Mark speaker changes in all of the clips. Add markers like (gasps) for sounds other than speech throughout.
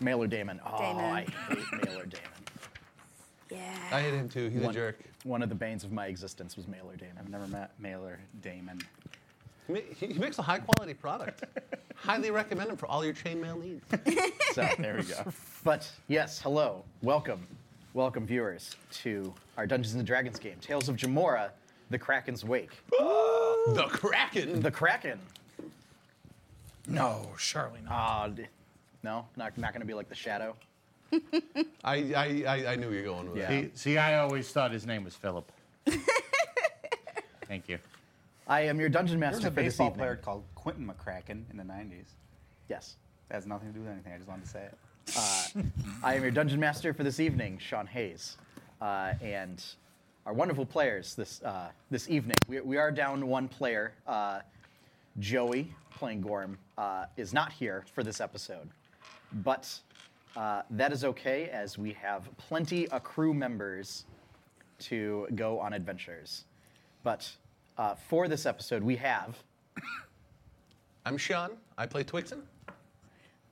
Speaker 1: Mailer Damon. Oh,
Speaker 2: Damon.
Speaker 1: I hate Mailer Damon.
Speaker 3: (laughs)
Speaker 2: Yeah.
Speaker 4: I hate him too. He's a
Speaker 1: One-
Speaker 4: jerk.
Speaker 1: One of the banes of my existence was Mailer Damon. I've never met Mailer Damon.
Speaker 4: He ma- He, he makes a high quality (laughs) product. Highly recommend him for all your chainmail needs.
Speaker 1: So there we go. But yes, hello, welcome, welcome viewers to our Dungeons and Dragons game, Tales of Jamora, The Kraken's Wake.
Speaker 4: the Kraken.
Speaker 1: The Kraken.
Speaker 5: Oh,
Speaker 6: No, surely not.
Speaker 1: Uh, d- no, not not gonna be like the Shadow.
Speaker 4: I, I, I, I knew you were going with
Speaker 1: Yeah.
Speaker 4: that.
Speaker 5: See, see, I always thought his name was (laughs) Philip. Thank you.
Speaker 1: I am your dungeon master
Speaker 3: There's a
Speaker 1: for this
Speaker 3: baseball
Speaker 1: evening.
Speaker 3: player called Quentin McCracken in the 90s.
Speaker 1: Yes,
Speaker 3: That has nothing to do with anything. I just wanted to say (laughs) it.
Speaker 1: Uh, I am your dungeon master for this evening, Sean Hayes, uh, and our wonderful players this uh, this evening. We, we are down one player. Uh, Joey playing Gorm uh, is not here for this episode, but uh, that is okay as we have plenty of crew members to go on adventures. But uh, for this episode, we have
Speaker 4: I'm Sean. I play Twixen.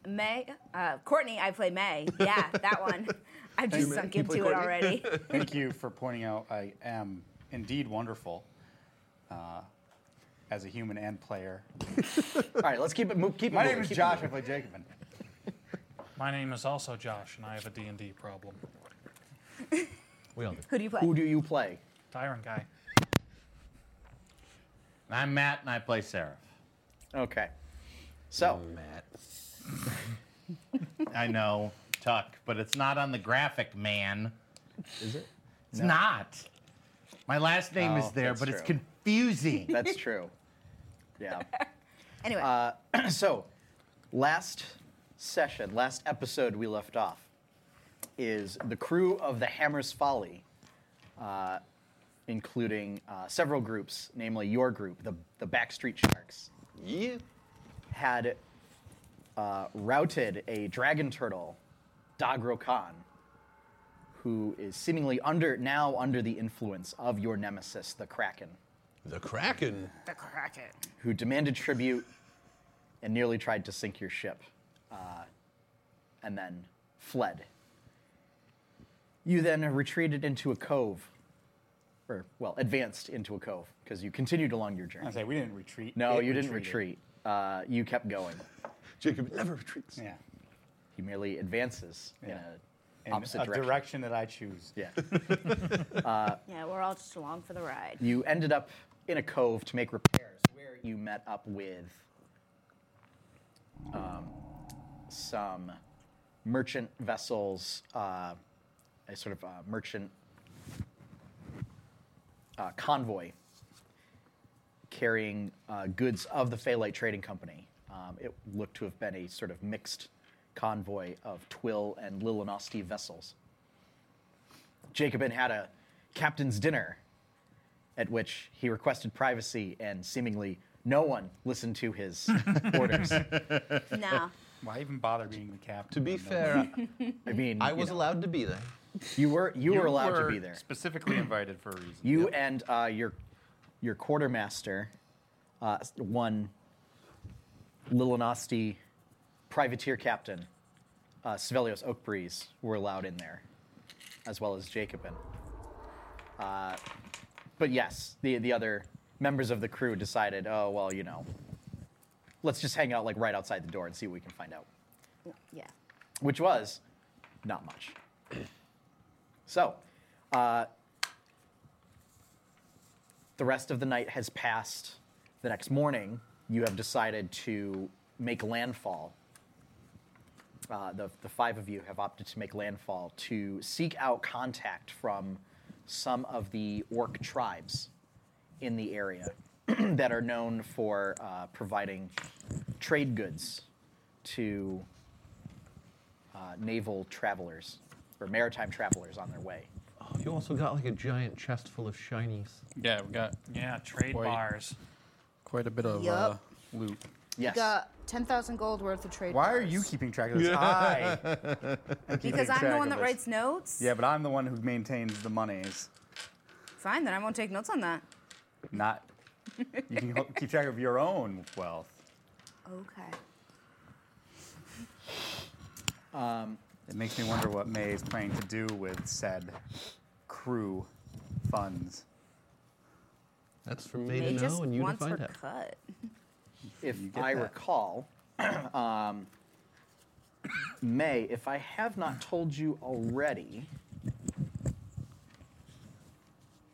Speaker 2: May, uh, Courtney, I play May. Yeah, that one. (laughs) I've just
Speaker 4: May.
Speaker 2: sunk
Speaker 4: You play
Speaker 2: into it
Speaker 4: Courtney?
Speaker 2: already.
Speaker 3: Thank you for pointing out I am indeed wonderful uh, as a human and player.
Speaker 1: all right. Let's keep it. Move, keep it
Speaker 3: My name
Speaker 1: moving,
Speaker 3: is
Speaker 1: keep it
Speaker 3: Josh. I
Speaker 1: moving.
Speaker 3: play Jacobin.
Speaker 6: My name is also Josh, and I have a D&D problem.
Speaker 4: We all do.
Speaker 2: Who do you play?
Speaker 1: Who do you play?
Speaker 6: Tyrant guy.
Speaker 5: I'm Matt, and I play Seraph.
Speaker 1: Okay. So.
Speaker 4: Matt.
Speaker 5: I know, Tuck, but it's not on the graphic, man. Is it? It's not. My last name
Speaker 1: Oh,
Speaker 5: is there,
Speaker 1: that's
Speaker 5: but it's
Speaker 1: true.
Speaker 5: confusing.
Speaker 1: That's true. Yeah. (clears throat)
Speaker 2: anyway,
Speaker 1: So, last session, last episode we left off is the crew of the Hammer's Folly, uh, including uh, several groups, namely your group, the, the Backstreet Sharks,
Speaker 4: Yeah.
Speaker 1: had uh, routed a dragon turtle, Dagro Khan, who is seemingly under now under the influence of your nemesis, the Kraken.
Speaker 4: The Kraken.
Speaker 2: the Kraken.
Speaker 1: who demanded tribute and nearly tried to sink your ship, uh, and then fled. You then retreated into a cove, or, well, advanced into a cove, because you continued along your journey.
Speaker 3: I say we didn't retreat.
Speaker 1: No,
Speaker 3: It
Speaker 1: you didn't
Speaker 3: retreated.
Speaker 1: retreat. Uh, you kept going.
Speaker 4: Jacob never retreats.
Speaker 1: He merely advances in
Speaker 3: Yeah.
Speaker 1: an
Speaker 3: Yeah. In
Speaker 1: opposite
Speaker 3: a
Speaker 1: direction.
Speaker 3: direction that I choose.
Speaker 1: Yeah.
Speaker 2: Yeah, we're all just along for the ride.
Speaker 1: you ended up in a cove to make repairs where you met up with um, some merchant vessels, uh, a sort of uh, merchant uh, convoy carrying uh, goods of the Phalite Trading Company. Um, it looked to have been a sort of mixed convoy of Twill and Lilinosti vessels. Jacobin had a captain's dinner at which he requested privacy and seemingly no one listened to his orders.
Speaker 2: No.
Speaker 3: Why even bother being the captain?
Speaker 4: To be
Speaker 3: when no
Speaker 4: fair,
Speaker 1: I mean,
Speaker 4: I
Speaker 1: you,
Speaker 4: was
Speaker 1: know,
Speaker 4: allowed to be there.
Speaker 1: you were you, were allowed to
Speaker 3: were
Speaker 1: be there. (clears throat)
Speaker 3: Specifically invited for a reason.
Speaker 1: You and uh, your your quartermaster, uh, one Lilinosti privateer captain, uh, Svelios Oakbreeze, were allowed in there, as well as Jacobin. Uh, but yes, the the other members of the crew decided, oh well, you know, let's just hang out like right outside the door and see what we can find out
Speaker 2: Yeah.
Speaker 1: which was not much. (clears throat) So, uh, the rest of the night has passed. The next morning, you have decided to make landfall. Uh, the, the five of you have opted to make landfall to seek out contact from some of the orc tribes in the area (clears throat) that are known for uh, providing trade goods to uh, naval travelers or maritime travelers on their way.
Speaker 4: Oh, you also got like a giant chest full of shinies.
Speaker 7: Yeah, we got
Speaker 6: Yeah, trade
Speaker 7: Wait.
Speaker 6: bars.
Speaker 7: quite a bit of
Speaker 2: Yup.
Speaker 7: uh, loot.
Speaker 1: Yes.
Speaker 2: Got 10,000 gold worth of trade.
Speaker 3: Why are you keeping track of this? (laughs) I am keeping
Speaker 2: Because I'm
Speaker 3: track
Speaker 2: the one
Speaker 3: of
Speaker 2: that
Speaker 3: this.
Speaker 2: writes notes.
Speaker 3: Yeah, but I'm the one who maintains the monies.
Speaker 2: Fine, then I won't take notes on that.
Speaker 3: Not you can help- keep track of your own wealth.
Speaker 2: Okay.
Speaker 3: It makes me wonder what May is planning to do with said crew funds.
Speaker 4: That's for me
Speaker 2: May
Speaker 4: to
Speaker 2: just
Speaker 4: know and you to
Speaker 2: wants her
Speaker 4: find out.
Speaker 2: cut.
Speaker 1: if
Speaker 3: get
Speaker 1: I
Speaker 3: that.
Speaker 1: recall, (clears throat) um, May, if I have not told you already,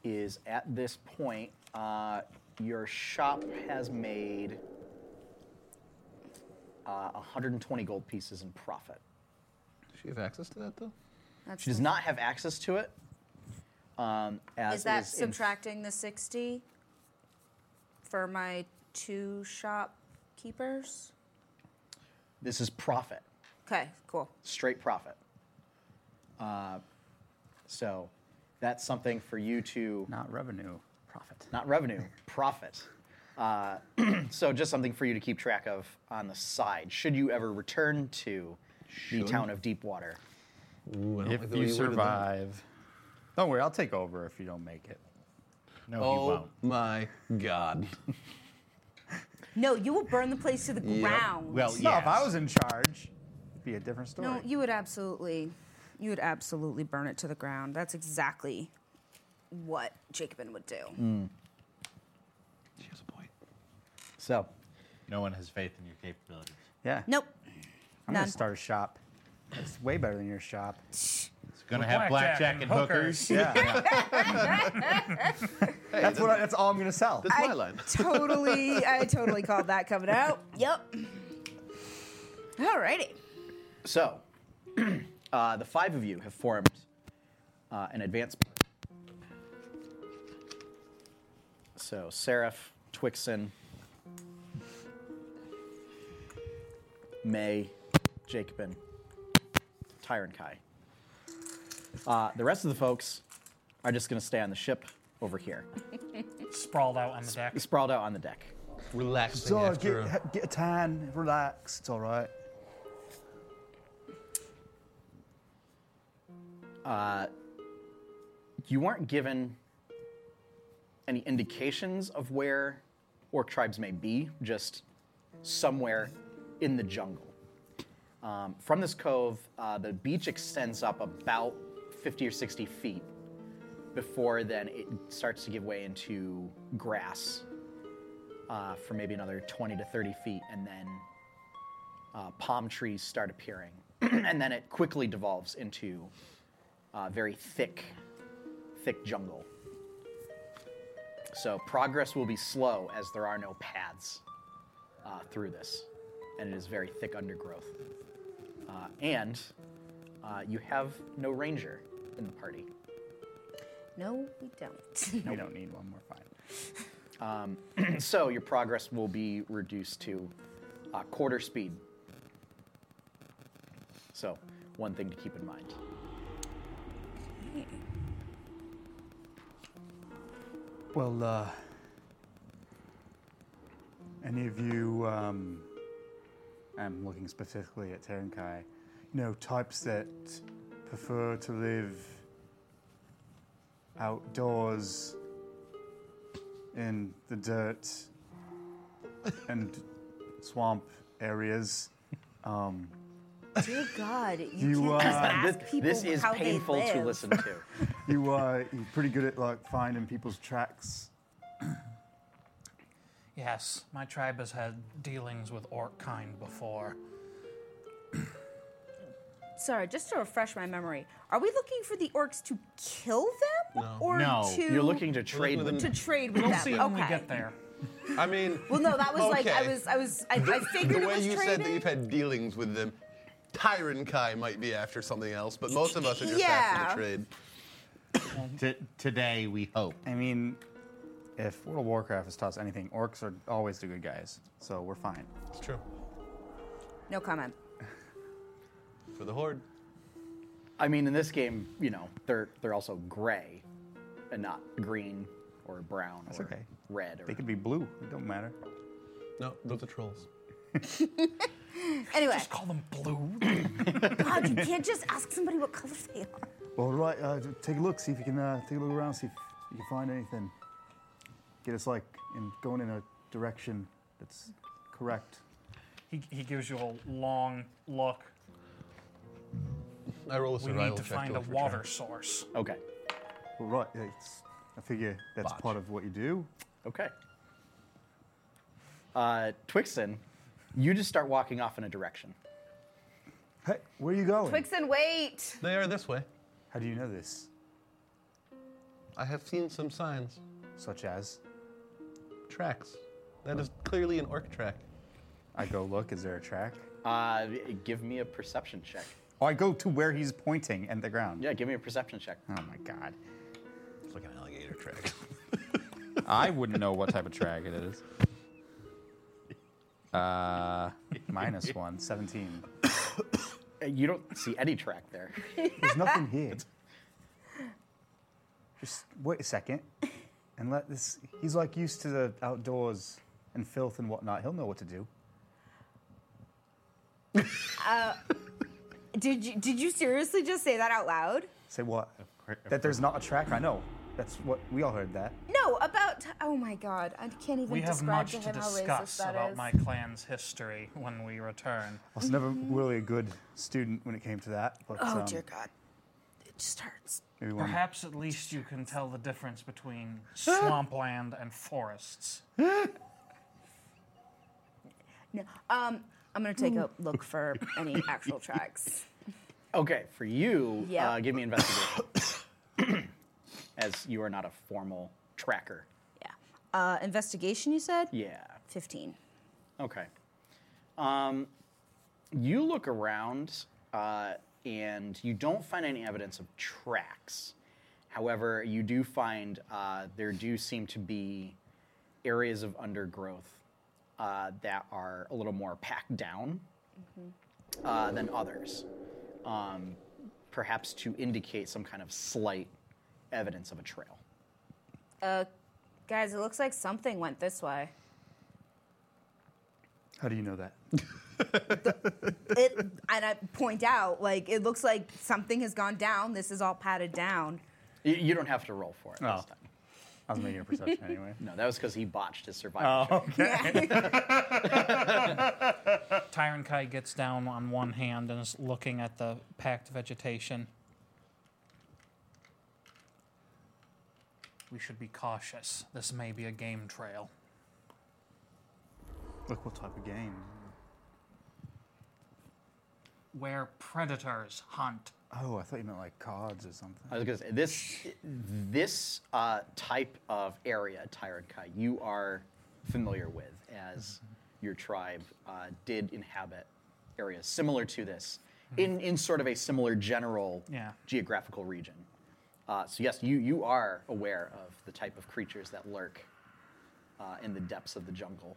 Speaker 1: is at this point uh, your shop has made uh, 120 gold pieces in profit.
Speaker 4: Does she have access to that though?
Speaker 2: That's
Speaker 1: She does not have access to it. Um, as
Speaker 2: Is that
Speaker 1: it in-
Speaker 2: subtracting the 60 for my two shopkeepers?
Speaker 1: this is profit,
Speaker 2: Okay, cool.
Speaker 1: straight profit. Uh, so that's something for you to
Speaker 3: Not revenue, profit.
Speaker 1: not revenue, profit. Uh, (clears throat) so just something for you to keep track of on the side, should you ever return to the town of Deepwater.
Speaker 4: Ooh, I don't like
Speaker 7: If
Speaker 4: the way
Speaker 7: you
Speaker 4: worded that.
Speaker 7: survive.
Speaker 3: Don't worry, I'll take over if you don't make it.
Speaker 5: No, he
Speaker 4: Oh
Speaker 5: won't.
Speaker 4: my God.
Speaker 2: No, you will burn the place to the ground.
Speaker 5: Well,
Speaker 3: No, if I
Speaker 5: yes.
Speaker 3: was in charge, it'd be a different story.
Speaker 2: no, you would absolutely, you would absolutely burn it to the ground. That's exactly what Jacobin would do.
Speaker 4: She has a point.
Speaker 1: So
Speaker 5: No one has faith in your capabilities.
Speaker 3: yeah.
Speaker 2: Nope.
Speaker 3: I'm
Speaker 2: none.
Speaker 3: gonna start a shop. It's way better than your shop.
Speaker 5: It's gonna have blackjack and hookers.
Speaker 3: Yeah. that's what. I, that's all I'm gonna sell.
Speaker 4: That's my
Speaker 2: (laughs) I
Speaker 4: line.
Speaker 2: (laughs) totally, I totally called that coming (laughs) out. Yep. Alrighty.
Speaker 1: So, (clears throat) uh, the five of you have formed uh, an advance party. So, Seraph, Twixen, May, Jacobin, Tyron Kai. Uh, the rest of the folks are just going to stay on the ship over here,
Speaker 6: Sprawled out on the deck.
Speaker 1: sprawled out on the deck.
Speaker 4: Relaxing after a-
Speaker 3: get a tan, relax. It's all right.
Speaker 1: You weren't given any indications of where orc tribes may be, just somewhere in the jungle. Um, from this cove, uh, the beach extends up about 50 or 60 feet before then it starts to give way into grass uh, for maybe another 20 to 30 feet, and then uh, palm trees start appearing. (clears throat) and then it quickly devolves into uh, very thick, thick jungle. So progress will be slow as there are no paths uh, through this, and it is very thick undergrowth. Uh, and uh, you have no ranger in the party. (clears throat)
Speaker 2: No, we don't.
Speaker 3: We don't need one. We're fine.
Speaker 1: so your progress will be reduced to uh, quarter speed. So, one thing to keep in mind.
Speaker 3: Well, uh, any of you, um, I'm looking specifically at Terenkai, you know, types that prefer to live outdoors in the dirt and swamp areas. Um,
Speaker 2: (laughs) Dear God, you,
Speaker 3: You,
Speaker 2: can't
Speaker 3: uh,
Speaker 2: just ask
Speaker 1: This,
Speaker 2: people
Speaker 1: this is
Speaker 2: how
Speaker 1: painful
Speaker 2: they live.
Speaker 1: to listen
Speaker 2: (laughs)
Speaker 1: to.
Speaker 3: you uh, you're pretty good at like finding people's tracks.
Speaker 6: Yes, my tribe has had dealings with orc kind before.
Speaker 2: Sorry, just to refresh my memory, are we looking for the orcs to kill them or
Speaker 5: No.
Speaker 2: to
Speaker 1: You're looking to trade
Speaker 4: with
Speaker 1: with
Speaker 4: an-
Speaker 2: to trade with
Speaker 6: We'll
Speaker 2: them?
Speaker 6: see
Speaker 2: okay.
Speaker 6: when we get there.
Speaker 4: I mean,
Speaker 2: Well, no, that was like I
Speaker 4: Okay.
Speaker 2: was, I was, I, I figured
Speaker 4: the
Speaker 2: it
Speaker 4: way
Speaker 2: was
Speaker 4: you
Speaker 2: trading.
Speaker 4: said that you've had dealings with them, Tyron Kai might be after something else, but most of us are just
Speaker 2: Yeah.
Speaker 4: after the trade.
Speaker 5: T- today we hope.
Speaker 3: I mean, if World of Warcraft has taught us anything, orcs are always the good guys, so we're fine.
Speaker 4: It's true.
Speaker 2: No comment.
Speaker 4: For the Horde.
Speaker 1: I mean, in this game, you know, they're they're also gray, and not green or brown or
Speaker 3: okay.
Speaker 1: red. Or,
Speaker 3: They could be blue. It don't matter.
Speaker 4: No, they're the trolls.
Speaker 2: Anyway,
Speaker 6: Just call them blue.
Speaker 4: (coughs)
Speaker 2: God, you can't just ask somebody what color they are.
Speaker 3: All right, uh, take a look. See if you can uh, take a look around. See if you can find anything. Get us like in going in a direction that's correct.
Speaker 6: He, he gives you a long look.
Speaker 4: I roll a
Speaker 6: We
Speaker 4: survival
Speaker 6: need to
Speaker 4: check
Speaker 6: find a
Speaker 4: look for
Speaker 6: water
Speaker 4: traps.
Speaker 6: source.
Speaker 1: Okay.
Speaker 3: Well, right, it's, I figure that's
Speaker 4: Botch.
Speaker 3: part of what you do.
Speaker 1: Okay. Uh, Twixen, you just start walking off in a direction.
Speaker 3: Hey, where are you going?
Speaker 2: Twixen, wait.
Speaker 4: They are this way.
Speaker 3: How do you know this?
Speaker 4: I have seen some signs,
Speaker 3: Such as,
Speaker 4: tracks. That is clearly an orc track.
Speaker 3: I go look. Is there a track?
Speaker 1: Uh, give me a perception check.
Speaker 3: Oh, I go to where he's pointing at the ground.
Speaker 1: Yeah, give me a perception check.
Speaker 3: Oh my god.
Speaker 4: It's like an
Speaker 2: (laughs)
Speaker 4: alligator track.
Speaker 7: I wouldn't know what type of track it is. Uh,
Speaker 3: Minus one, 17.
Speaker 1: Uh, You don't see any track there.
Speaker 3: There's nothing here. Just wait a second and let this. He's like used to the outdoors and filth and whatnot. He'll know what to do.
Speaker 2: Did you did you seriously just say that out loud?
Speaker 3: Say what?
Speaker 5: course-
Speaker 3: That there's not a track? I know. That's what we all heard that.
Speaker 2: No, about oh my god, I can't even
Speaker 6: We have
Speaker 2: describe
Speaker 6: much
Speaker 2: to
Speaker 6: to
Speaker 2: him how racist
Speaker 6: discuss
Speaker 2: that is.
Speaker 6: about my clan's history when we return.
Speaker 3: I was never really a good student when it came to that. But,
Speaker 2: oh
Speaker 3: um,
Speaker 2: dear god, it just hurts.
Speaker 3: Maybe one.
Speaker 6: Perhaps at least you can tell the
Speaker 4: (gasps)
Speaker 6: difference between swampland and forests.
Speaker 2: No, um, I'm gonna take a look for any actual tracks.
Speaker 1: Okay, for you,
Speaker 2: Yeah.
Speaker 1: uh, give me investigation. (coughs) As you are not a formal tracker.
Speaker 2: Yeah, uh, investigation. You said
Speaker 1: Yeah.
Speaker 2: fifteen.
Speaker 1: Okay. Um, you look around uh, and you don't find any evidence of tracks. However, you do find uh, there do seem to be areas of undergrowth uh, that are a little more packed down uh, than others, um, perhaps to indicate some kind of slight evidence of a trail.
Speaker 2: Guys, it looks like something went this way.
Speaker 3: How do you know that?
Speaker 2: It, and I point out, like, it looks like something has gone down. This is all padded down.
Speaker 1: You, you don't have to roll for it
Speaker 3: Oh.
Speaker 1: this time.
Speaker 3: I was making a perception anyway.
Speaker 1: No, that was because he botched his
Speaker 3: Oh.
Speaker 1: survival. check.
Speaker 6: Tyron Kai gets down on one hand and is looking at the packed vegetation. We should be cautious. This may be a game trail.
Speaker 3: Look what type of game.
Speaker 6: Where predators hunt.
Speaker 3: Oh, I thought you meant like cards or something.
Speaker 1: I was gonna say this this uh, type of area, Tyrant Kai, you are familiar with, as your tribe uh, did inhabit areas similar to this, in in sort of a similar general
Speaker 6: Yeah.
Speaker 1: geographical region. Uh, so yes, you you are aware of the type of creatures that lurk uh, in the depths of the jungle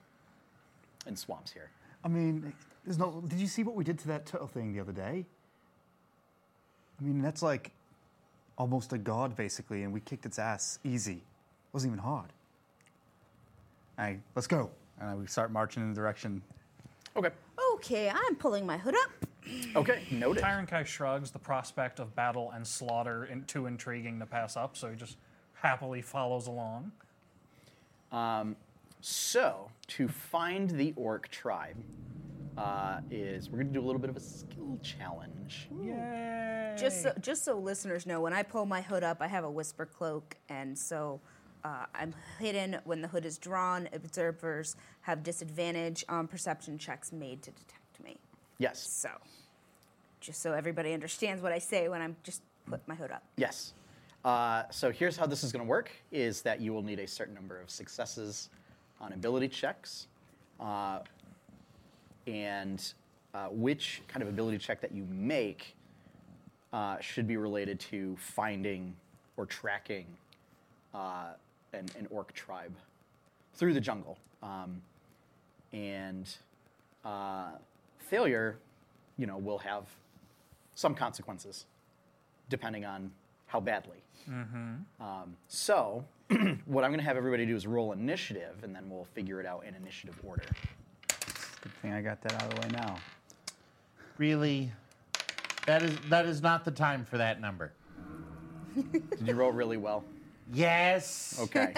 Speaker 1: and swamps here.
Speaker 3: I mean, there's not. Did you see what we did to that turtle thing the other day? I mean, that's like almost a god, basically, and we kicked its ass easy. wasn't even hard. Hey, let's go. And I- we start marching in the direction.
Speaker 1: Okay.
Speaker 2: Okay, I'm pulling my hood up.
Speaker 1: Okay. Noted.
Speaker 6: Tyron Kai shrugs the prospect of battle and slaughter in, too intriguing to pass up, so he just happily follows along.
Speaker 1: So, to find the orc tribe uh, is we're going to do a little bit of a skill challenge.
Speaker 2: Just so, just so listeners know, when I pull my hood up, I have a whisper cloak, and so uh, I'm hidden when the hood is drawn. Observers have disadvantage on perception checks made to detect me.
Speaker 1: Yes.
Speaker 2: So, just so everybody understands what I say when I'm just put my hood up.
Speaker 1: Yes. Uh, so here's how this is going to work: is that you will need a certain number of successes on ability checks, uh, and uh, which kind of ability check that you make uh, should be related to finding or tracking uh, an, an orc tribe through the jungle. Um, and uh, failure, you know, will have some consequences depending on how badly. Um, so, (clears throat) what I'm going to have everybody do is roll initiative, and then we'll figure it out in initiative order.
Speaker 3: Good thing I got that out of the way now.
Speaker 5: Really, that is that is not the time for that number.
Speaker 1: Did you roll really well?
Speaker 5: Yes.
Speaker 3: (laughs)
Speaker 1: Okay.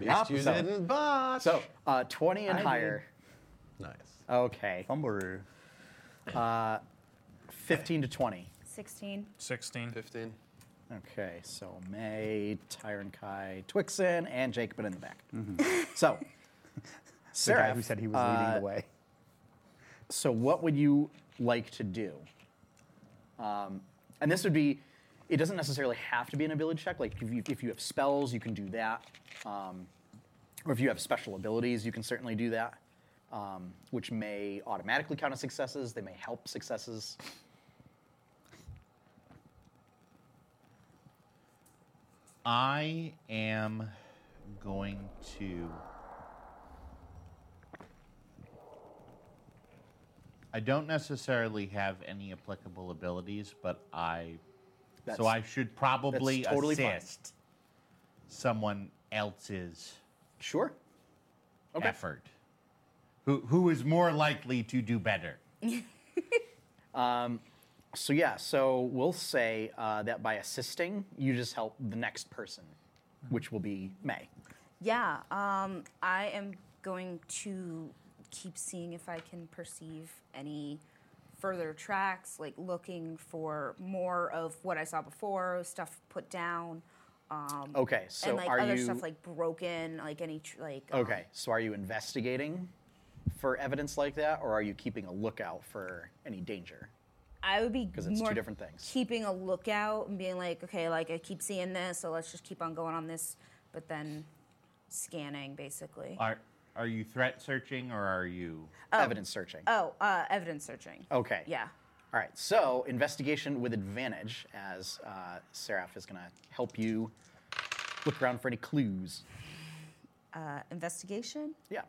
Speaker 4: Yes, you
Speaker 1: so-
Speaker 4: didn't botch.
Speaker 1: So, uh, 20 and
Speaker 3: I
Speaker 1: higher.
Speaker 4: nice.
Speaker 1: Okay.
Speaker 3: Fumbaroo.
Speaker 1: 15 to 20.
Speaker 2: 16.
Speaker 6: 16.
Speaker 4: 15.
Speaker 1: Okay, so May, Tyron Kai, Twixen, and Jake, but in the back. So,
Speaker 3: Mm-hmm. (laughs) The guy
Speaker 1: Seraph,
Speaker 3: who said he was
Speaker 1: uh,
Speaker 3: leading the way.
Speaker 1: So, what would you like to do? Um, and this would be, it doesn't necessarily have to be an ability check. Like, if you, if you have spells, you can do that. Um, or if you have special abilities, you can certainly do that, um, which may automatically count as successes. They may help successes.
Speaker 5: I am going to. I don't necessarily have any applicable abilities, but I.
Speaker 1: That's-
Speaker 5: so I should probably
Speaker 1: that's totally fine.
Speaker 5: assist someone else's
Speaker 1: Sure. Okay.
Speaker 5: effort. Who, who is more likely to do better?
Speaker 1: So yeah, so we'll say uh, that by assisting, you just help the next person, which will be May.
Speaker 2: Yeah, um, I am going to keep seeing if I can perceive any further tracks, like looking for more of what I saw before, stuff put down, um,
Speaker 1: Okay, so
Speaker 2: and like
Speaker 1: are
Speaker 2: other
Speaker 1: you Oh,
Speaker 2: stuff like broken, like any tr- like. um,
Speaker 1: okay? So are you investigating for evidence like that, or are you keeping a lookout for any danger?
Speaker 2: I would be
Speaker 1: 'Cause it's two
Speaker 2: more
Speaker 1: different things.
Speaker 2: Keeping a lookout and being like, okay, like I keep seeing this, so let's just keep on going on this, but then scanning basically.
Speaker 1: Uh,
Speaker 5: Are, are you threat searching or are you.
Speaker 1: Evidence searching.
Speaker 2: oh, uh, evidence searching.
Speaker 1: okay.
Speaker 2: Yeah.
Speaker 1: All right. So investigation with advantage, as uh, Seraph is going to help you look around for any clues.
Speaker 2: Uh, investigation.
Speaker 1: Yeah.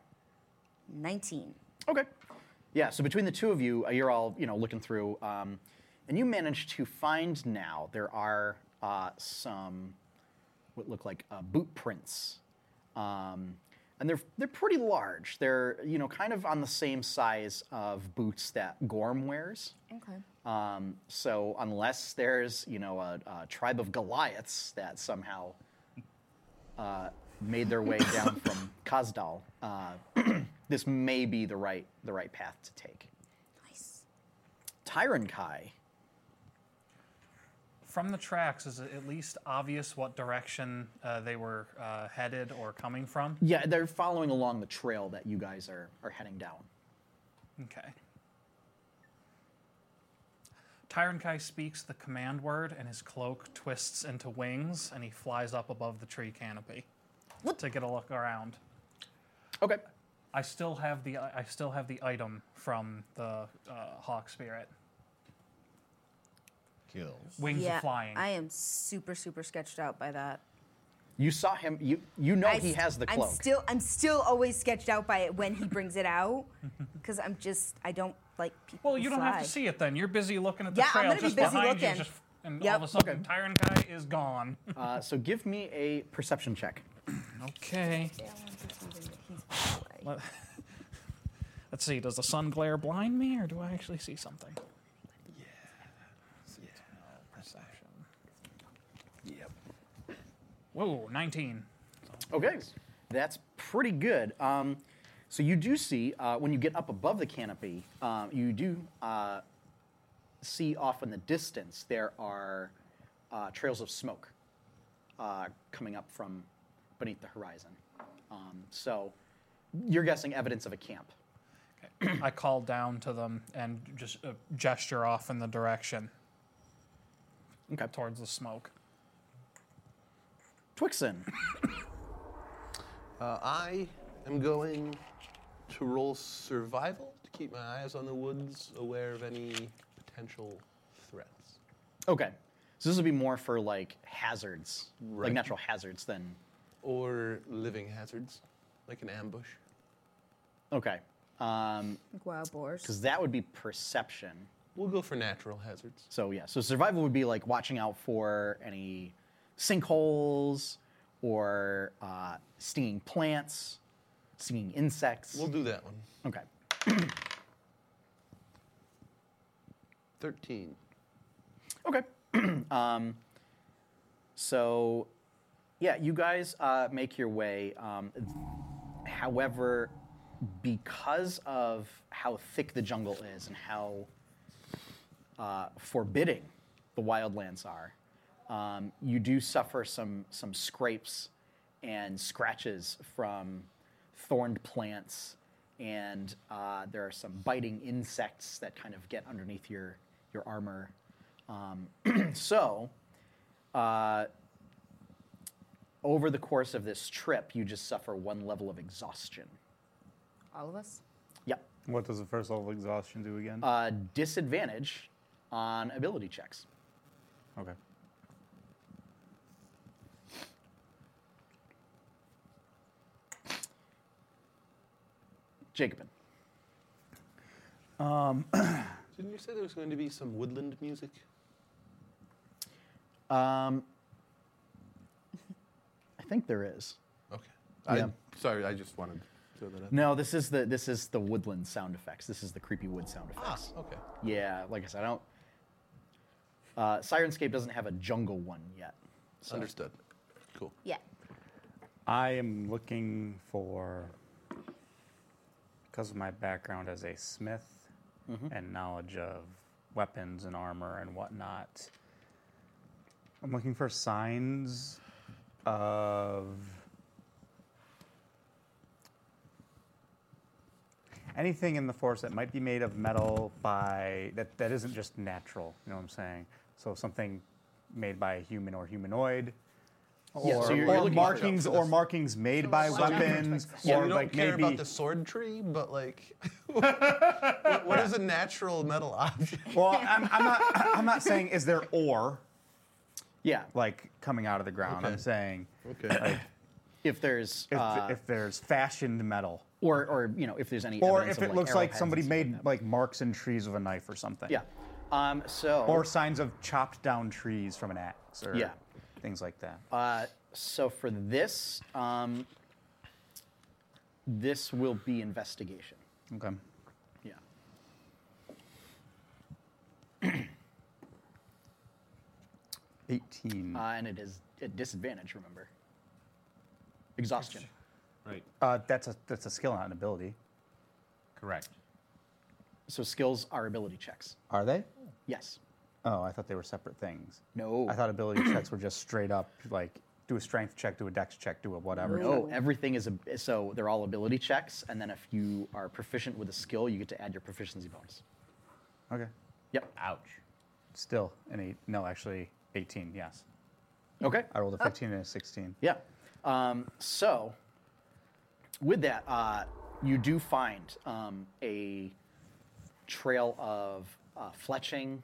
Speaker 2: 19.
Speaker 1: Okay. Yeah. So between the two of you, uh, you're all you know looking through, um, and you managed to find now there are uh, some what look like uh, boot prints, um, and they're they're pretty large. They're you know kind of on the same size of boots that Gorm wears.
Speaker 2: Okay.
Speaker 1: Um, so unless there's you know a, a tribe of Goliaths that somehow uh, made their
Speaker 2: (laughs)
Speaker 1: way down from Kazdal, uh, (clears throat) this may be the right the right path to take.
Speaker 2: Nice.
Speaker 1: Tyron Kai.
Speaker 6: From the tracks, is it at least obvious what direction uh, they were uh, headed or coming from?
Speaker 1: Yeah, they're following along the trail that you guys are are heading down.
Speaker 6: Okay. Tyron Kai speaks the command word, and his cloak twists into wings, and he flies up above the tree canopy to get a look around.
Speaker 1: Okay.
Speaker 6: I still have the I still have the item from the uh, hawk spirit.
Speaker 5: Kills.
Speaker 6: Wings
Speaker 2: yeah,
Speaker 6: of flying.
Speaker 2: I am super, super sketched out by that.
Speaker 1: You saw him. You you know
Speaker 2: I
Speaker 1: he
Speaker 2: st-
Speaker 1: has the cloak.
Speaker 2: I'm still, I'm still always sketched out by it when he brings it
Speaker 6: (laughs)
Speaker 2: out, because I'm just, I don't like people.
Speaker 6: well, you
Speaker 2: who
Speaker 6: don't have
Speaker 2: fly.
Speaker 6: to see it then. You're busy looking at the
Speaker 2: Yeah, I'm
Speaker 6: trail
Speaker 2: gonna be
Speaker 6: just
Speaker 2: busy
Speaker 6: behind you,
Speaker 2: looking.
Speaker 6: just, and all
Speaker 2: Yep.
Speaker 6: of a sudden, Tyron Kai is gone.
Speaker 1: uh, so give me a perception check.
Speaker 6: okay.
Speaker 2: Yeah, I wanna do something that he's gonna play.
Speaker 6: (laughs) Let's see. Does the sun glare blind me, or do I actually see something? Perception.
Speaker 1: Yep.
Speaker 6: Whoa, 19.
Speaker 1: Okay, that's pretty good. Um, so you do see uh, when you get up above the canopy, um, you do uh, see off in the distance there are uh, trails of smoke uh, coming up from beneath the horizon. Um, so you're guessing evidence of a camp.
Speaker 6: I call down to them and just uh, gesture off in the direction
Speaker 1: Okay,
Speaker 6: towards the smoke.
Speaker 1: Twixen.
Speaker 4: Uh, I am going to roll survival to keep my eyes on the woods, aware of any potential threats.
Speaker 1: Okay, so this would be more for like hazards, like
Speaker 4: Right.
Speaker 1: natural hazards than
Speaker 4: Or living hazards, like an ambush.
Speaker 1: okay, um,
Speaker 2: Like wild boars.
Speaker 1: because that would be perception.
Speaker 4: We'll go for natural hazards.
Speaker 1: So yeah, so survival would be like watching out for any sinkholes or uh, stinging plants, stinging insects.
Speaker 4: We'll do that one.
Speaker 1: okay,
Speaker 4: 13.
Speaker 1: okay. (clears throat) um, so yeah, you guys uh, make your way. Um, however, because of how thick the jungle is and how uh, forbidding the wildlands are. Um, you do suffer some some scrapes and scratches from thorned plants, and uh, there are some biting insects that kind of get underneath your your armor. Um, so, uh, over the course of this trip, you just suffer one level of exhaustion.
Speaker 2: All of us?
Speaker 1: Yep.
Speaker 8: What does the first level of exhaustion do again?
Speaker 1: Uh, disadvantage on ability checks.
Speaker 8: okay.
Speaker 1: Jacobin.
Speaker 4: Didn't you say there was going to be some woodland music?
Speaker 1: Um, I think there is.
Speaker 4: Okay.
Speaker 1: Yeah.
Speaker 4: I, sorry, I just wanted to throw that out.
Speaker 1: No, this is the this is the woodland sound effects. This is the creepy wood sound
Speaker 3: Ah.
Speaker 1: effects.
Speaker 4: Okay.
Speaker 1: Yeah, like I said, I don't. Uh, Sirenscape doesn't have a jungle one yet. So
Speaker 4: Understood. Cool.
Speaker 2: Yeah.
Speaker 3: I am looking for, because of my background as a smith and knowledge of weapons and armor and whatnot, I'm looking for signs of anything in the forest that might be made of metal by that, that isn't just natural. You know what I'm saying? So something made by a human or humanoid. Or,
Speaker 1: Yeah, so you're-
Speaker 3: or
Speaker 1: you're looking for-
Speaker 3: markings or markings made by
Speaker 2: watch out for
Speaker 3: weapons
Speaker 2: twigs.
Speaker 4: Yeah,
Speaker 3: or
Speaker 4: we don't
Speaker 3: like
Speaker 4: care
Speaker 3: maybe
Speaker 4: about the sword tree, but
Speaker 3: (laughs)
Speaker 4: like, (laughs) what, what is a natural metal (laughs) object?
Speaker 3: well I'm, I'm
Speaker 4: (laughs)
Speaker 3: not I'm not saying is there ore
Speaker 1: yeah,
Speaker 3: like coming out of the ground I'm
Speaker 4: Okay.
Speaker 3: saying
Speaker 4: Okay.
Speaker 1: if there's
Speaker 3: if,
Speaker 1: uh,
Speaker 3: if there's fashioned metal
Speaker 1: or or you know if there's any
Speaker 3: or
Speaker 1: evidence
Speaker 3: if
Speaker 1: of,
Speaker 3: it looks like
Speaker 1: arrowheads
Speaker 3: somebody
Speaker 1: and stuff
Speaker 3: made like marks in trees with a knife or something
Speaker 1: that. yeah, um, so
Speaker 3: or signs of chopped down trees from an axe or
Speaker 1: Yeah.
Speaker 3: things like that
Speaker 1: Uh, so for this, um, this will be investigation.
Speaker 3: okay
Speaker 1: Yeah.
Speaker 3: eighteen
Speaker 1: Uh, and it is at disadvantage, remember. Exhaustion.
Speaker 5: Right.
Speaker 3: uh, that's a that's a skill not an ability
Speaker 5: Correct.
Speaker 1: So skills are ability checks.
Speaker 3: are they
Speaker 1: Yes.
Speaker 3: oh I thought they were separate things
Speaker 1: No.
Speaker 3: I thought ability checks were just straight up like do a strength check, do a dex check, do a whatever.
Speaker 1: No, everything is a, so they're all ability checks, and then if you are proficient with a skill, you get to add your proficiency bonus.
Speaker 3: Okay.
Speaker 1: Yep.
Speaker 5: Ouch.
Speaker 3: Still an eight. No, actually, 18. Yes.
Speaker 1: Okay.
Speaker 3: I rolled a 15 and a 16.
Speaker 1: Yeah. Um, so, with that, uh, you do find um, a trail of uh, fletching,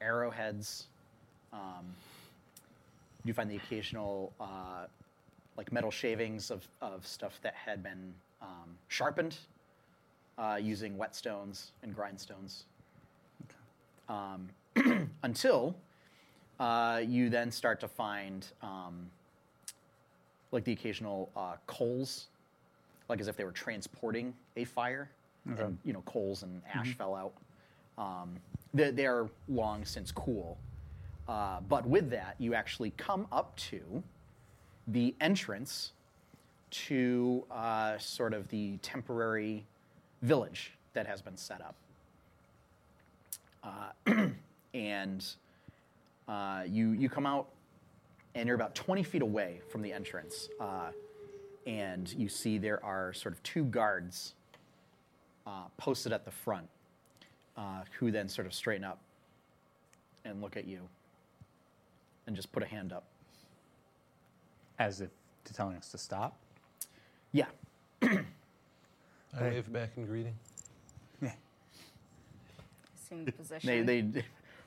Speaker 1: arrowheads. Um, you find the occasional uh, like metal shavings of, of stuff that had been um, sharpened uh, using whetstones and grindstones. Um, (clears throat) until uh, you then start to find um, like the occasional uh, coals, like as if they were transporting a fire, and you know coals and ash fell out. Um, they, they are long since cool, uh, but with that you actually come up to the entrance to uh, sort of the temporary village that has been set up, uh, (clears throat) and uh, you you come out and you're about 20 feet away from the entrance. Uh, and you see there are sort of two guards uh, posted at the front uh, who then sort of straighten up and look at you and just put a hand up.
Speaker 3: As if to telling us to stop.
Speaker 1: Yeah.
Speaker 4: I wave back in greeting.
Speaker 2: Assume the
Speaker 1: (laughs)
Speaker 2: position.
Speaker 1: They, they d-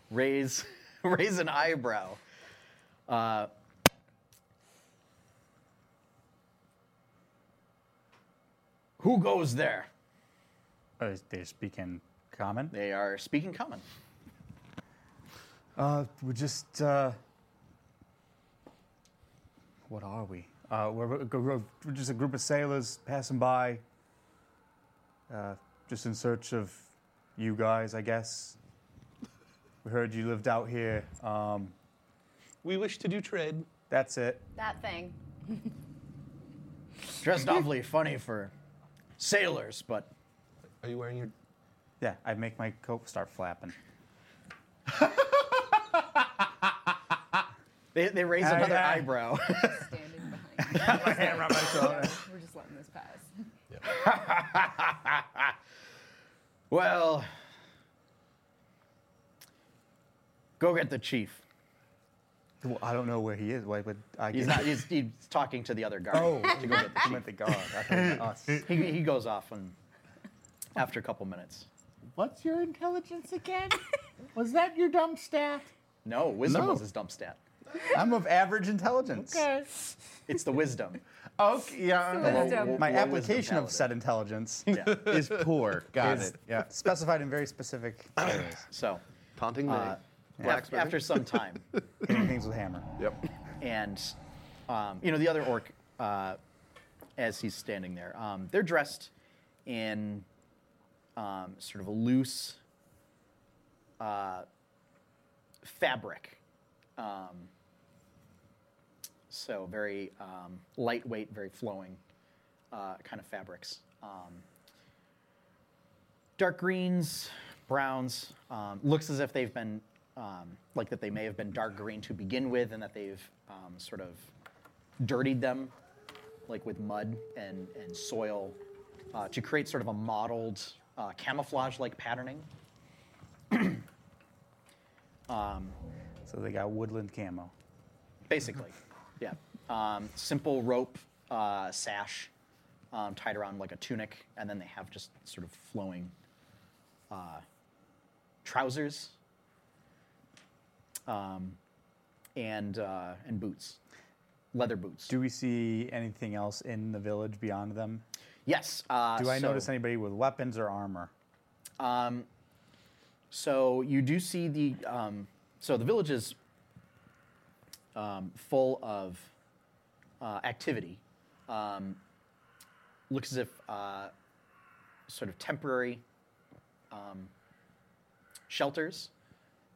Speaker 1: raise, (laughs) raise an eyebrow. Uh, who goes there?
Speaker 3: Uh, they speak in common.
Speaker 1: They are speaking common.
Speaker 3: Uh, we're just. Uh, what are we? Uh, we're, we're- we're- we're just a group of sailors passing by, uh, just in search of you guys, I guess. We heard you lived out here. Um,
Speaker 4: We wish to do trade.
Speaker 3: that's it.
Speaker 2: that thing.
Speaker 1: dressed awfully funny for sailors, but
Speaker 4: Are you wearing your?
Speaker 3: Yeah, I make my coat start flapping.
Speaker 1: They, they raise
Speaker 7: Aye,
Speaker 1: another
Speaker 7: aye.
Speaker 1: eyebrow. (laughs)
Speaker 9: standing behind. you.
Speaker 7: my hand around my shoulder.
Speaker 9: We're just letting this pass.
Speaker 1: well, go get the chief.
Speaker 3: Well, I don't know where he is. Why would I?
Speaker 1: He's
Speaker 3: get-
Speaker 1: not. He's, he's talking to the other guard.
Speaker 3: Oh,
Speaker 1: to go get the
Speaker 3: I (laughs)
Speaker 1: chief.
Speaker 3: meant the guard. I thought it was us.
Speaker 1: (laughs) He, he goes off and after a couple minutes.
Speaker 5: What's your intelligence again? Was that your dumb stat?
Speaker 1: No, wisdom
Speaker 3: No.
Speaker 1: was his dump stat.
Speaker 3: I'm of average intelligence.
Speaker 5: Okay.
Speaker 1: It's the
Speaker 3: (laughs)
Speaker 1: wisdom.
Speaker 5: Okay. Yeah.
Speaker 9: Wisdom.
Speaker 1: low-
Speaker 3: My
Speaker 1: low wisdom
Speaker 3: application of
Speaker 1: paladin.
Speaker 5: (laughs)
Speaker 3: said intelligence
Speaker 1: Yeah.
Speaker 5: Is poor. Got
Speaker 3: is
Speaker 5: it. Yeah.
Speaker 3: specified in very
Speaker 5: (coughs)
Speaker 3: specific areas.
Speaker 1: So
Speaker 4: Taunting me.
Speaker 1: uh, af-
Speaker 4: Blacksmithing.
Speaker 1: after some time,
Speaker 3: (laughs) Hitting things with a hammer.
Speaker 4: Yep.
Speaker 1: and um, you know the other orc, uh, as he's standing there, um, they're dressed in um, sort of a loose uh, fabric, um, so very um, lightweight, very flowing uh, kind of fabrics. Um, dark greens, browns. Um, looks as if they've been um, like that they may have been dark green to begin with, and that they've um, sort of dirtied them like with mud and and soil uh, to create sort of a mottled uh, camouflage-like patterning.
Speaker 7: So they got woodland camo.
Speaker 1: basically. Yeah. Um, simple rope uh, sash um, tied around like a tunic, and then they have just sort of flowing uh, trousers um, and uh, and boots, leather boots.
Speaker 7: Do we see anything else in the village beyond them?
Speaker 1: yes. Uh,
Speaker 7: Do I
Speaker 1: so-
Speaker 7: notice anybody with weapons or armor?
Speaker 1: So you do see the um, so the village is um, full of uh, activity. Um, looks as if uh, sort of temporary um, shelters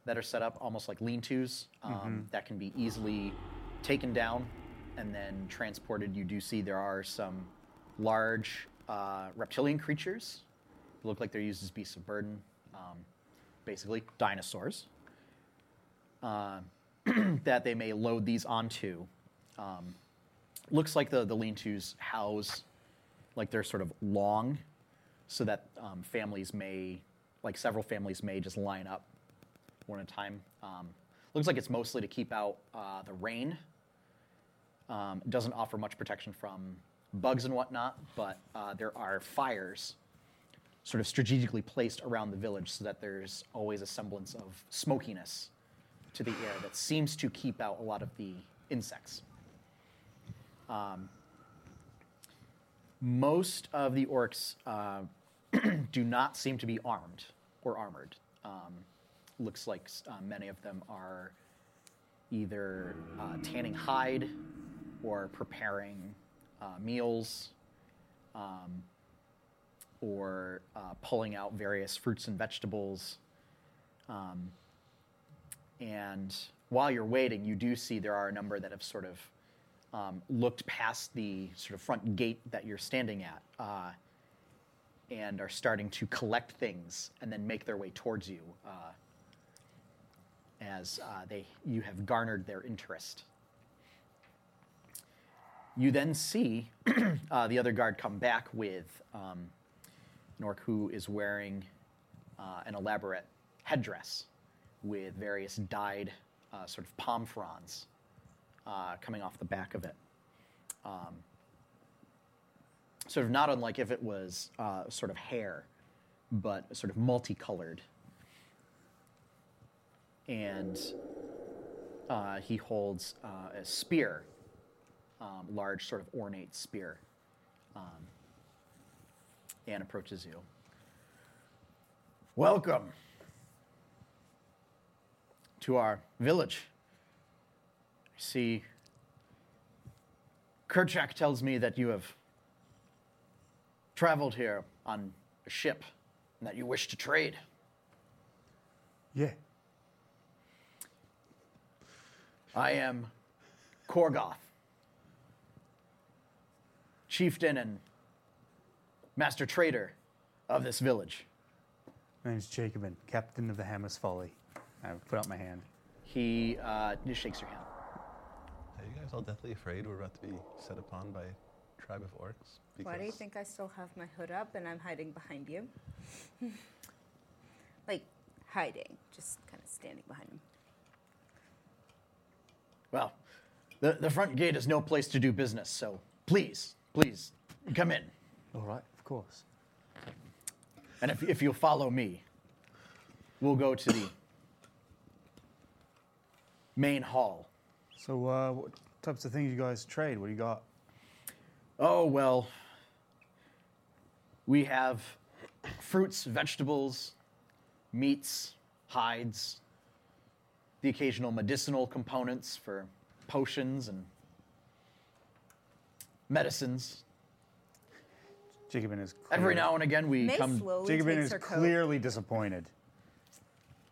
Speaker 1: that are set up almost like lean-tos um, that can be easily taken down and then transported. You do see there are some large uh, reptilian creatures. Look like they're used as beasts of burden. Um, basically dinosaurs uh, (clears throat) that they may load these onto. Um, looks like the, the lean-tos house, like they're sort of long, so that um, families may, like several families may just line up one at a time. Um, looks like it's mostly to keep out uh, the rain. Um, it doesn't offer much protection from bugs and whatnot, but uh, there are fires sort of strategically placed around the village so that there's always a semblance of smokiness to the air that seems to keep out a lot of the insects. Um, most of the orcs uh, (clears throat) do not seem to be armed or armored. Um, looks like s- uh, many of them are either uh, tanning hide or preparing uh, meals or uh, pulling out various fruits and vegetables. Um, and while you're waiting, you do see there are a number that have sort of um, looked past the sort of front gate that you're standing at uh, and are starting to collect things and then make their way towards you uh, as uh, they, you have garnered their interest. You then see (clears throat) uh, the other guard come back with um, an orc who is wearing uh, an elaborate headdress with various dyed uh, sort of palm fronds uh, coming off the back of it. Um, sort of not unlike if it was uh, sort of hair, but sort of multicolored. And uh, he holds uh, a spear, um, large, sort of ornate spear, um, and approaches you. Welcome to our village. I see Kerchak tells me that you have traveled here on a ship and that you wish to trade.
Speaker 3: Yeah.
Speaker 1: I am Korgoth, chieftain and master trader of this village.
Speaker 3: My name's Jacobin, captain of the Hammer's Folly.
Speaker 7: I put out my hand.
Speaker 1: He uh, just shakes your hand.
Speaker 4: felt deathly afraid we're about to be set upon by a tribe of orcs.
Speaker 2: Why do you
Speaker 4: because-
Speaker 2: think I still have my hood up and I'm hiding behind you? (laughs) like, hiding, just kind of standing behind him.
Speaker 1: Well, the, the front gate is no place to do business, so please, please, come in.
Speaker 3: All right, of course.
Speaker 1: And if, if you'll follow me, we'll go to the main hall.
Speaker 3: So, uh, what types of things you guys trade? What do you got?
Speaker 1: Oh, well, we have fruits, vegetables, meats, hides, the occasional medicinal components for potions and medicines.
Speaker 3: Jacobin is clear-
Speaker 1: Every now and again, we
Speaker 2: May
Speaker 1: come.
Speaker 2: slowly
Speaker 3: Jacobin
Speaker 2: takes
Speaker 3: is
Speaker 2: her coat.
Speaker 3: clearly disappointed.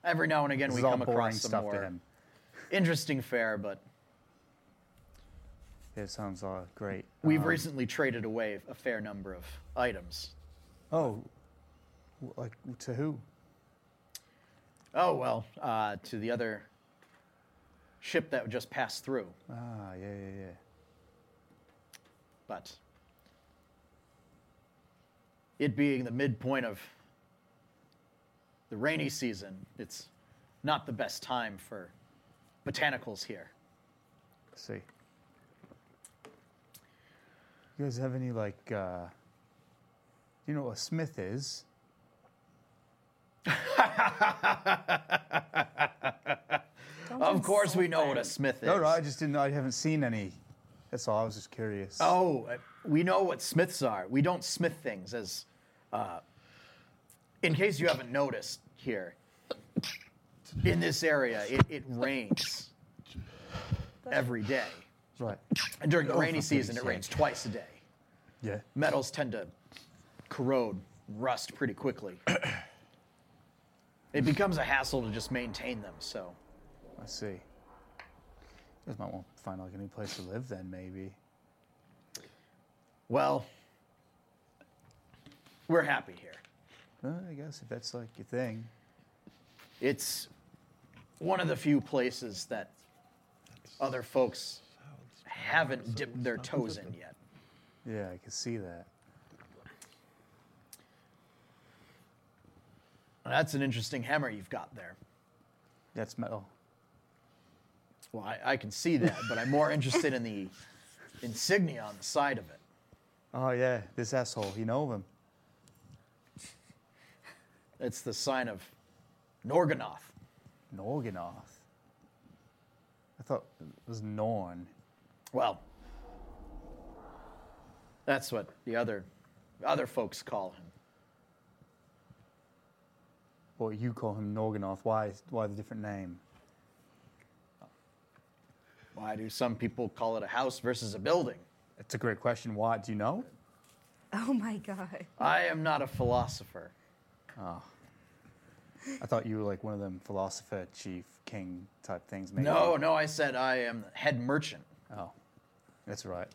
Speaker 1: Every now and again,
Speaker 3: This
Speaker 1: we
Speaker 3: is all
Speaker 1: come
Speaker 3: boring
Speaker 1: across some
Speaker 3: stuff
Speaker 1: more
Speaker 3: to him.
Speaker 1: interesting fare, but
Speaker 3: It sounds uh, great.
Speaker 1: we've
Speaker 3: Um,
Speaker 1: recently traded away a fair number of items.
Speaker 3: Oh, w- like to who?
Speaker 1: Oh well, uh, to the other ship that just passed through,
Speaker 3: Ah, yeah, yeah, yeah.
Speaker 1: but it being the midpoint of the rainy season, it's not the best time for botanicals here.
Speaker 3: Let's see. You guys have any like? uh You know what a smith is?
Speaker 2: Don't
Speaker 1: Of course, we
Speaker 2: insult
Speaker 1: know what
Speaker 2: them.
Speaker 1: a smith is.
Speaker 3: No, no, I just didn't. know. I haven't seen any. That's all. I was just curious.
Speaker 1: Oh, uh, we know what smiths are. We don't smith things. As, uh, in case you haven't noticed here, in this area, it, it rains every day.
Speaker 3: right.
Speaker 1: And during the
Speaker 3: Oh,
Speaker 1: rainy
Speaker 3: for
Speaker 1: season, it
Speaker 3: pity's
Speaker 1: rains twice a day.
Speaker 3: Yeah.
Speaker 1: Metals tend to corrode, rust pretty quickly. it becomes a hassle to just maintain them. So,
Speaker 3: I see. You guys might want to find like a new place to live then, maybe.
Speaker 1: well, we're happy here.
Speaker 3: Uh, I guess if that's like your thing.
Speaker 1: It's one of the few places that other folks haven't dipped their toes in yet.
Speaker 3: Yeah, I can see that.
Speaker 1: That's an interesting hammer you've got there.
Speaker 3: That's oh. metal.
Speaker 1: Well, I, I can see that, but I'm more interested in the insignia on the side of it.
Speaker 3: Oh yeah, this asshole. You know of him?
Speaker 1: It's the sign of Norganoth.
Speaker 3: Norganoth. I thought it was Norn.
Speaker 1: Well, that's what the other other folks call him.
Speaker 3: Well, you call him Norganoth. Why? Why the different name?
Speaker 1: Why do some people call it a house versus a building?
Speaker 3: That's a great question. Why? Do you know?
Speaker 2: Oh my god.
Speaker 1: I am not a philosopher.
Speaker 3: I thought you were like one of them philosopher, chief, king type things. Maybe.
Speaker 1: No, no, I said I am the head merchant,
Speaker 3: Oh, that's right.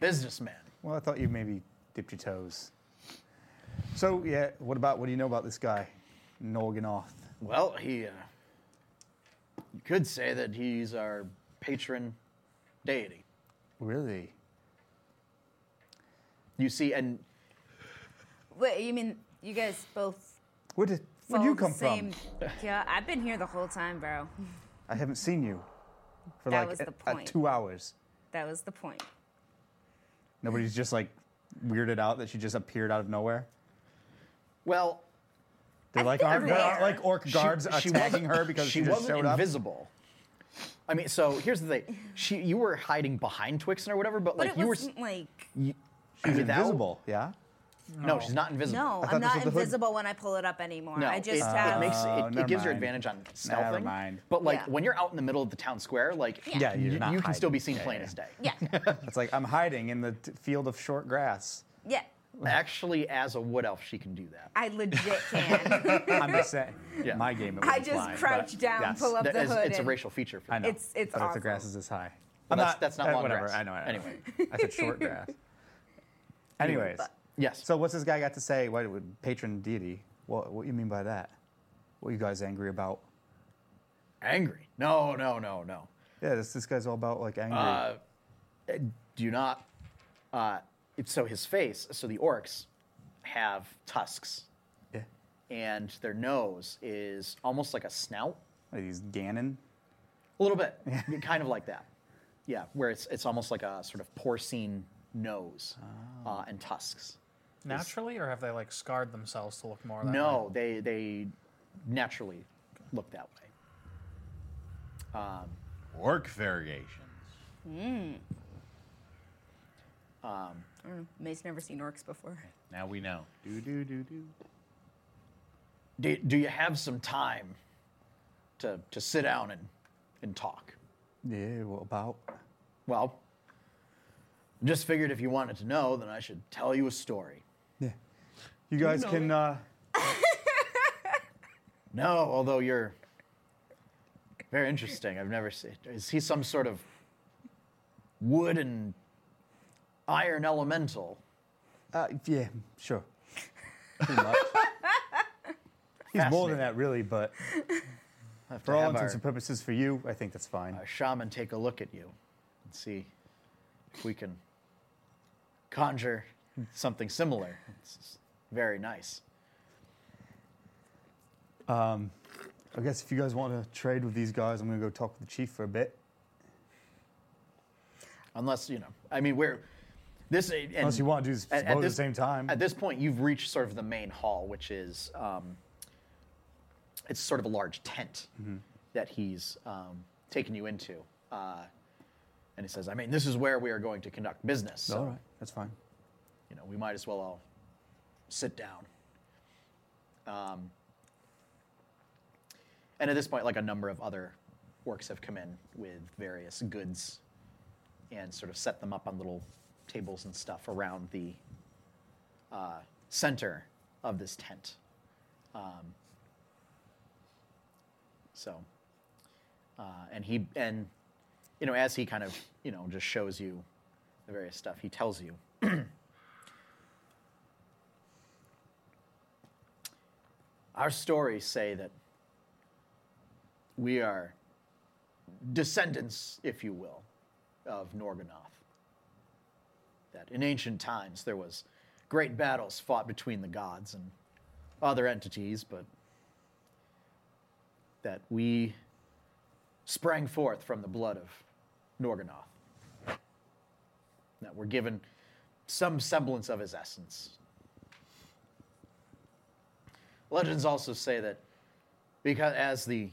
Speaker 1: businessman.
Speaker 3: Well, I thought you maybe dipped your toes. So yeah, what about? What do you know about this guy, Norganoth?
Speaker 1: Well, he. Uh, you could say that he's our patron deity.
Speaker 3: Really?
Speaker 1: You see, and
Speaker 2: Wait, you mean you guys both
Speaker 3: Where did? Where'd
Speaker 2: follow
Speaker 3: you
Speaker 2: the
Speaker 3: come
Speaker 2: same... (laughs)
Speaker 3: from?
Speaker 2: yeah, I've been here the whole time, bro.
Speaker 3: I haven't seen you for
Speaker 2: That
Speaker 3: like
Speaker 2: was the
Speaker 3: a- a
Speaker 2: point.
Speaker 3: two hours.
Speaker 2: That was the point.
Speaker 3: Nobody's just like weirded out that she just appeared out of nowhere.
Speaker 1: well,
Speaker 3: They're
Speaker 2: I
Speaker 3: like,
Speaker 2: think
Speaker 3: our,
Speaker 2: I'm
Speaker 3: there aren't,
Speaker 2: aware.
Speaker 3: like orc guards
Speaker 1: she
Speaker 3: attacking
Speaker 1: wasn't-
Speaker 3: her because she,
Speaker 1: she,
Speaker 3: just
Speaker 1: wasn't
Speaker 3: showed up.
Speaker 1: invisible. I mean, so here's the thing: she, you were hiding behind Twixen or whatever, but,
Speaker 2: But
Speaker 1: like
Speaker 2: it
Speaker 1: you were s- Mm.
Speaker 2: wasn't like
Speaker 3: She's
Speaker 1: without-
Speaker 3: invisible. Yeah.
Speaker 1: No, she's not invisible.
Speaker 2: no,
Speaker 3: I thought
Speaker 2: I'm
Speaker 3: this
Speaker 2: not
Speaker 3: was the hood.
Speaker 2: invisible when I pull it up anymore.
Speaker 1: No,
Speaker 2: I just
Speaker 1: it,
Speaker 2: have
Speaker 1: it makes
Speaker 3: Oh,
Speaker 1: it,
Speaker 3: never
Speaker 1: it gives her
Speaker 3: mind.
Speaker 1: advantage on stealthing.
Speaker 3: Never mind.
Speaker 1: But like
Speaker 2: Yeah.
Speaker 1: when you're out in the middle of the town square, like
Speaker 3: Yeah,
Speaker 1: you,
Speaker 3: you're not
Speaker 1: you can still be
Speaker 3: hiding.
Speaker 1: seen
Speaker 3: Yeah,
Speaker 1: plain
Speaker 3: yeah.
Speaker 1: as day.
Speaker 2: (laughs) yeah,
Speaker 3: It's like I'm hiding in the t- field of short grass.
Speaker 2: yeah.
Speaker 1: Actually, as a wood elf, she can do that.
Speaker 2: I
Speaker 1: (laughs)
Speaker 2: legit can.
Speaker 3: I'm just saying.
Speaker 1: Yeah.
Speaker 3: My game. It
Speaker 2: I
Speaker 3: wasn't
Speaker 2: just
Speaker 3: flying,
Speaker 2: crouch
Speaker 3: but
Speaker 2: down,
Speaker 3: yes.
Speaker 2: pull up
Speaker 1: That
Speaker 2: the
Speaker 1: is-
Speaker 2: hood.
Speaker 1: it's a
Speaker 2: and-
Speaker 1: racial feature for
Speaker 3: I know.
Speaker 2: It's- it's
Speaker 3: but if
Speaker 2: awful.
Speaker 3: the grass is this high.
Speaker 1: Well, that's- that's not
Speaker 3: eh,
Speaker 1: long
Speaker 3: whatever.
Speaker 1: grass.
Speaker 3: I know. I know.
Speaker 1: Anyway.
Speaker 3: I said short
Speaker 1: (laughs)
Speaker 3: grass. Anyways.
Speaker 1: Yes.
Speaker 3: So what's this guy got to say? What would patron deity? What what you mean by that? What you guys angry about?
Speaker 1: angry. No, no, no, no.
Speaker 3: Yeah, this this guy's all about like angry.
Speaker 1: Uh, do not. Uh, it's- so his face, so the orcs have tusks,
Speaker 3: Yeah.
Speaker 1: and their nose is almost like a snout,
Speaker 3: What are these Ganon?
Speaker 1: a little bit, (laughs) kind of like that. Yeah, where it's it's almost like a sort of porcine nose
Speaker 3: Ah.
Speaker 1: uh, and tusks.
Speaker 6: Naturally, or have they like scarred themselves to look more that way?
Speaker 1: No, they they naturally look that way.
Speaker 5: Orc variations.
Speaker 2: May's Mm, never seen orcs before.
Speaker 5: Now we know.
Speaker 7: Do do do do.
Speaker 1: Do, do you have some time to to sit down and and talk?
Speaker 3: Yeah, what about?
Speaker 1: Well, just figured if you wanted to know, then I should tell you a story.
Speaker 3: Yeah. You guys
Speaker 4: know
Speaker 3: can,
Speaker 4: it?
Speaker 3: uh,
Speaker 1: No, although you're very interesting. I've never seen. Is he some sort of wood and iron elemental?
Speaker 3: uh, yeah, sure. Pretty
Speaker 1: (laughs)
Speaker 3: much. He's more
Speaker 1: Fascinating.
Speaker 3: than that, really, but
Speaker 1: I have to
Speaker 3: for all
Speaker 1: have
Speaker 3: intents
Speaker 1: our-
Speaker 3: and purposes, for you, I think that's fine.
Speaker 1: our shaman take a look at you and see if we can conjure something similar. It's very nice.
Speaker 3: I guess if you guys want to trade with these guys, I'm gonna go talk with the chief for a bit.
Speaker 1: Unless, you know, I mean, we're. This, and-
Speaker 3: Unless you want to do this
Speaker 1: at-
Speaker 3: both
Speaker 1: at
Speaker 3: at,
Speaker 1: this-
Speaker 3: the same time.
Speaker 1: At this point, you've reached sort of the main hall, which is um, it's sort of a large tent
Speaker 3: Mm-hmm.
Speaker 1: that he's um, taken you into, uh, and he says, "I mean, this is where we are going to conduct business. So
Speaker 3: all right, that's fine.
Speaker 1: you know, we might as well all sit down." Um, and at this point, like a number of other orcs have come in with various goods and sort of set them up on little tables and stuff around the uh, center of this tent. Um, so, uh, and he and you know as he kind of you know just shows you the various stuff, he tells you. Our stories say that we are descendants, if you will, of Norganoth that in ancient times there was great battles fought between the gods and other entities, but that we sprang forth from the blood of Norganoth. That we're given some semblance of his essence. Legends also say that because as the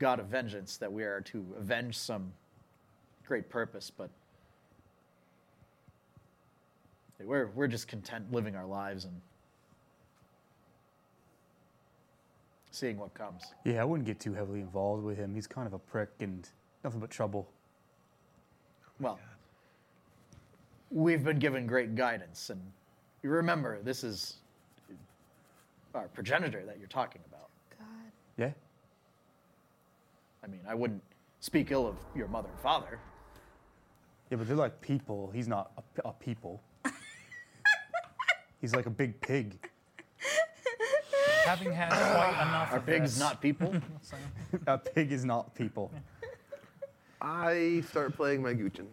Speaker 1: god of vengeance that we are to avenge some great purpose, but we're, we're just content living our lives and seeing what comes.
Speaker 3: Yeah, I wouldn't get too heavily involved with him. He's kind of a prick and nothing but trouble.
Speaker 1: Well, we've been given great guidance, and you remember this is our progenitor that you're talking about.
Speaker 2: God.
Speaker 3: Yeah,
Speaker 1: I mean, I wouldn't speak ill of your mother and father.
Speaker 3: yeah, but they're like people. He's not a, p- a people. He's like a big pig. (laughs)
Speaker 6: Having
Speaker 1: (coughs)
Speaker 6: had quite enough
Speaker 1: Are
Speaker 6: of
Speaker 1: pigs
Speaker 6: this,
Speaker 1: not people?
Speaker 6: so-
Speaker 3: A pig is not people.
Speaker 4: I start playing my Guchin.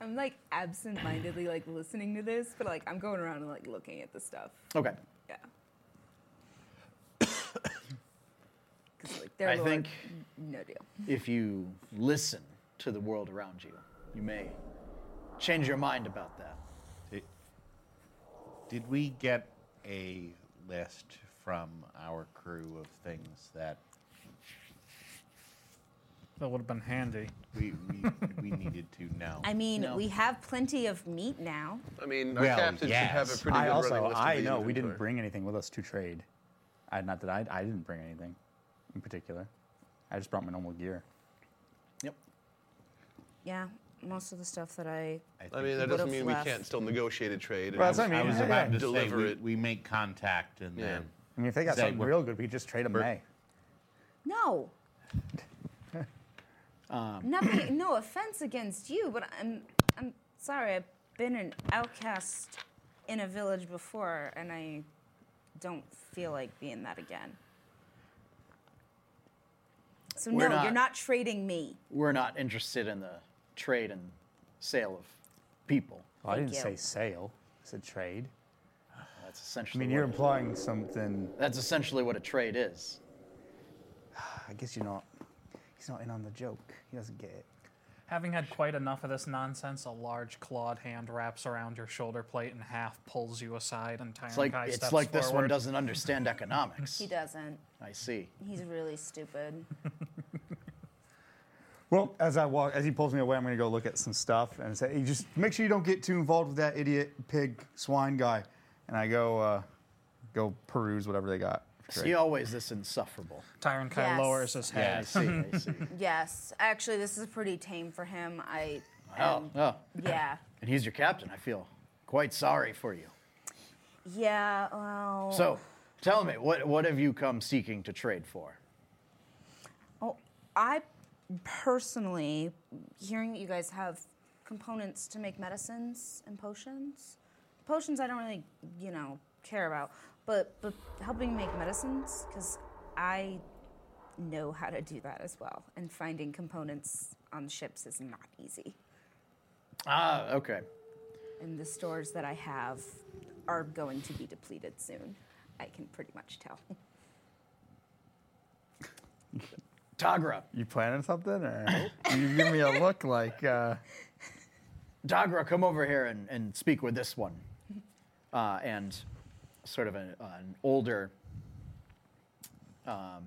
Speaker 9: I'm like absent-mindedly like listening to this, but like I'm going around and like looking at the stuff.
Speaker 1: okay.
Speaker 9: Yeah. (coughs) 'Cause, like, their
Speaker 1: I
Speaker 9: lore,
Speaker 1: think-
Speaker 9: no deal.
Speaker 1: If you listen to the world around you, you may change your mind about that.
Speaker 5: Did, did we get a list from our crew of things that
Speaker 6: That would have been handy.
Speaker 5: we we, we needed to know?
Speaker 2: I mean,
Speaker 1: No.
Speaker 2: we have plenty of meat now.
Speaker 4: I mean, our
Speaker 5: Well,
Speaker 4: captain should have a
Speaker 5: yes.
Speaker 4: pretty
Speaker 3: I
Speaker 4: good running
Speaker 3: also,
Speaker 4: list.
Speaker 3: I
Speaker 4: of the
Speaker 3: know we didn't
Speaker 4: inventory.
Speaker 3: bring anything with us to trade. I not that I, I didn't bring anything in particular. I just brought my normal gear.
Speaker 1: Yep.
Speaker 2: Yeah, most of the stuff that I.
Speaker 5: think
Speaker 4: I mean, that
Speaker 2: Would've
Speaker 4: doesn't mean
Speaker 2: left.
Speaker 4: we can't still negotiate a trade. and
Speaker 3: Well, that's what I mean.
Speaker 5: I was about to say
Speaker 4: Deliver
Speaker 5: we,
Speaker 4: it.
Speaker 5: we make contact and
Speaker 4: Yeah.
Speaker 5: then
Speaker 3: I mean, if they got
Speaker 5: Zay,
Speaker 3: something
Speaker 5: we're-
Speaker 3: real good, we could just trade them. May.
Speaker 2: No. Nothing. no offense against you, but I'm. I'm sorry. I've been an outcast in a village before, and I don't feel like being that again. So
Speaker 1: We're
Speaker 2: no,
Speaker 1: not-
Speaker 2: you're not trading me.
Speaker 1: We're not interested in the trade and sale of people.
Speaker 7: Well, I
Speaker 2: Thank
Speaker 7: didn't
Speaker 2: you.
Speaker 7: say sale. I said trade.
Speaker 1: That's
Speaker 7: I
Speaker 1: essentially.
Speaker 7: mean, you're
Speaker 1: what a-
Speaker 7: implying something.
Speaker 1: that's essentially what a trade is.
Speaker 7: I guess you're not. He's not in on the joke. He doesn't get it.
Speaker 6: Having had quite enough of this nonsense, a large clawed hand wraps around your shoulder plate and half pulls you aside, and Tyron
Speaker 1: It's like
Speaker 6: Kai
Speaker 1: it's
Speaker 6: steps
Speaker 1: like this one
Speaker 6: forward.
Speaker 1: doesn't understand economics.
Speaker 2: He doesn't.
Speaker 1: I see.
Speaker 2: He's really stupid.
Speaker 3: Well, as I walk, as he pulls me away, I'm going to go look at some stuff and say, hey, just make sure you don't get too involved with that idiot pig swine guy. And I go, uh, go peruse whatever they got.
Speaker 1: See, always this insufferable.
Speaker 6: Tyron Kai
Speaker 2: Yes.
Speaker 6: lowers his
Speaker 1: Yeah, I
Speaker 6: head.
Speaker 1: see. I see.
Speaker 2: Yes, actually, this is pretty tame for him. I.
Speaker 1: Oh,
Speaker 2: um,
Speaker 1: oh,
Speaker 2: Yeah.
Speaker 1: and he's your captain. I feel quite sorry for you.
Speaker 2: Yeah. Well.
Speaker 1: So, tell me, what what have you come seeking to trade for?
Speaker 2: Oh, I personally, hearing that you guys have components to make medicines and potions, potions I don't really, you know, care about, but but helping make medicines because I know how to do that as well, and finding components on ships is not easy.
Speaker 1: Ah, okay.
Speaker 2: And the stores that I have are going to be depleted soon. I can pretty much tell.
Speaker 1: Tagra,
Speaker 3: You planning something?
Speaker 7: (laughs)
Speaker 3: Or you give me a look like, uh,
Speaker 1: Dagra, come over here and, and speak with this one. (laughs) Uh, and sort of an, an older, um,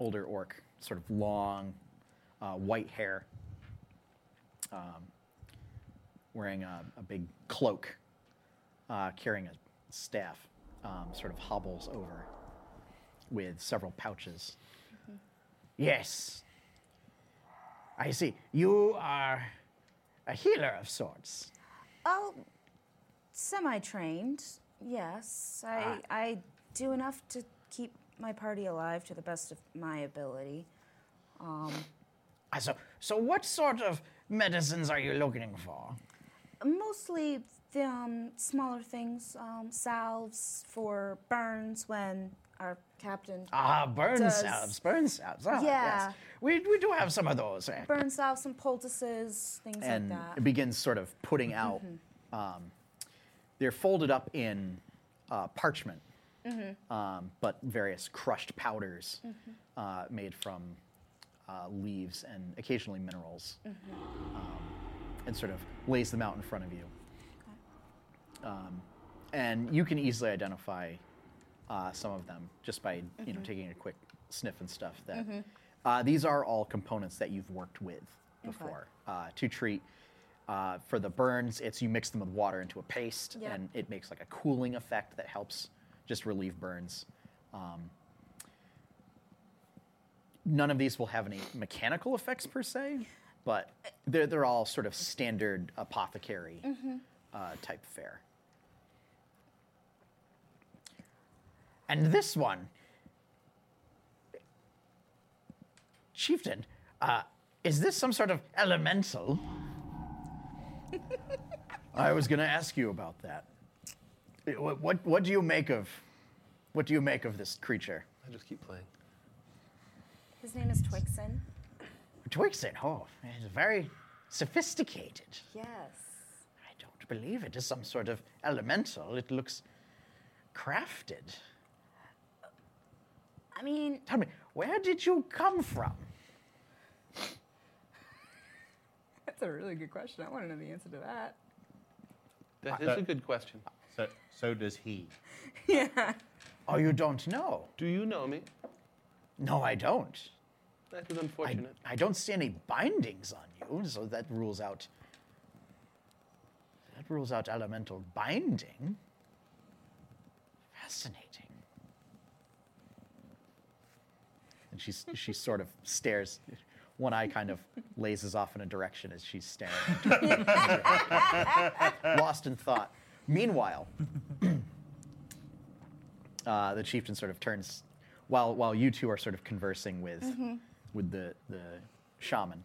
Speaker 1: older orc, sort of long, uh, white hair, um, wearing a, a big cloak, uh, carrying a staff, um, sort of hobbles over with several pouches. Yes. I see. You are a healer of sorts.
Speaker 2: Oh, semi-trained. Yes, I
Speaker 7: Ah.
Speaker 2: I do enough to keep my party alive to the best of my ability.
Speaker 1: Ah, So, so what sort of medicines are you looking for?
Speaker 2: Mostly the um, smaller things, um, salves for burns when our captain
Speaker 1: Ah, burn
Speaker 2: Does-
Speaker 1: salves, burn salves. Ah,
Speaker 2: Yeah.
Speaker 1: yes. We, we do have some of those. eh.
Speaker 2: burns salves and poultices, things
Speaker 1: and
Speaker 2: like
Speaker 1: it
Speaker 2: that. Mm-hmm.
Speaker 1: begins sort of putting out. Um, they're folded up in uh, parchment,
Speaker 2: Mm-hmm.
Speaker 1: um, but various crushed powders uh, made from uh, leaves and occasionally minerals,
Speaker 2: Mm-hmm.
Speaker 1: um, and sort of lays them out in front of you. Um, and you can easily identify uh, some of them just by you know taking a quick sniff and stuff. That uh, these are all components that you've worked with before uh, to treat. Uh, for the burns, it's you mix them with water into a paste,
Speaker 2: Yeah.
Speaker 1: and it makes like a cooling effect that helps just relieve burns. Um, none of these will have any mechanical effects per se, but they're, they're all sort of standard apothecary uh, type fare. And this one, Chieftain, uh, is this some sort of elemental? I was going to ask you about that. What, what, what do you make of what do you make of this creature?
Speaker 4: I just keep playing.
Speaker 2: His name is Twixen.
Speaker 1: Twixen, oh, it's very sophisticated.
Speaker 2: Yes.
Speaker 1: I don't believe it is some sort of elemental. It looks crafted.
Speaker 2: I mean,
Speaker 1: Tell me, where did you come from?
Speaker 9: That's a really good question. I want to know the answer to that.
Speaker 4: That is
Speaker 5: that-
Speaker 4: a good question.
Speaker 5: So, so does he.
Speaker 1: Oh, you don't know?
Speaker 4: Do you know me?
Speaker 1: No, I don't.
Speaker 4: That is
Speaker 1: I,
Speaker 4: unfortunate.
Speaker 1: I don't see any bindings on you, so that rules out. That rules out elemental binding. Fascinating. And she's, she sort of stares. One eye kind of lazes off in a direction as she's staring. Lost in thought. Meanwhile, (clears throat) uh, the chieftain sort of turns while while you two are sort of conversing with with the the shaman.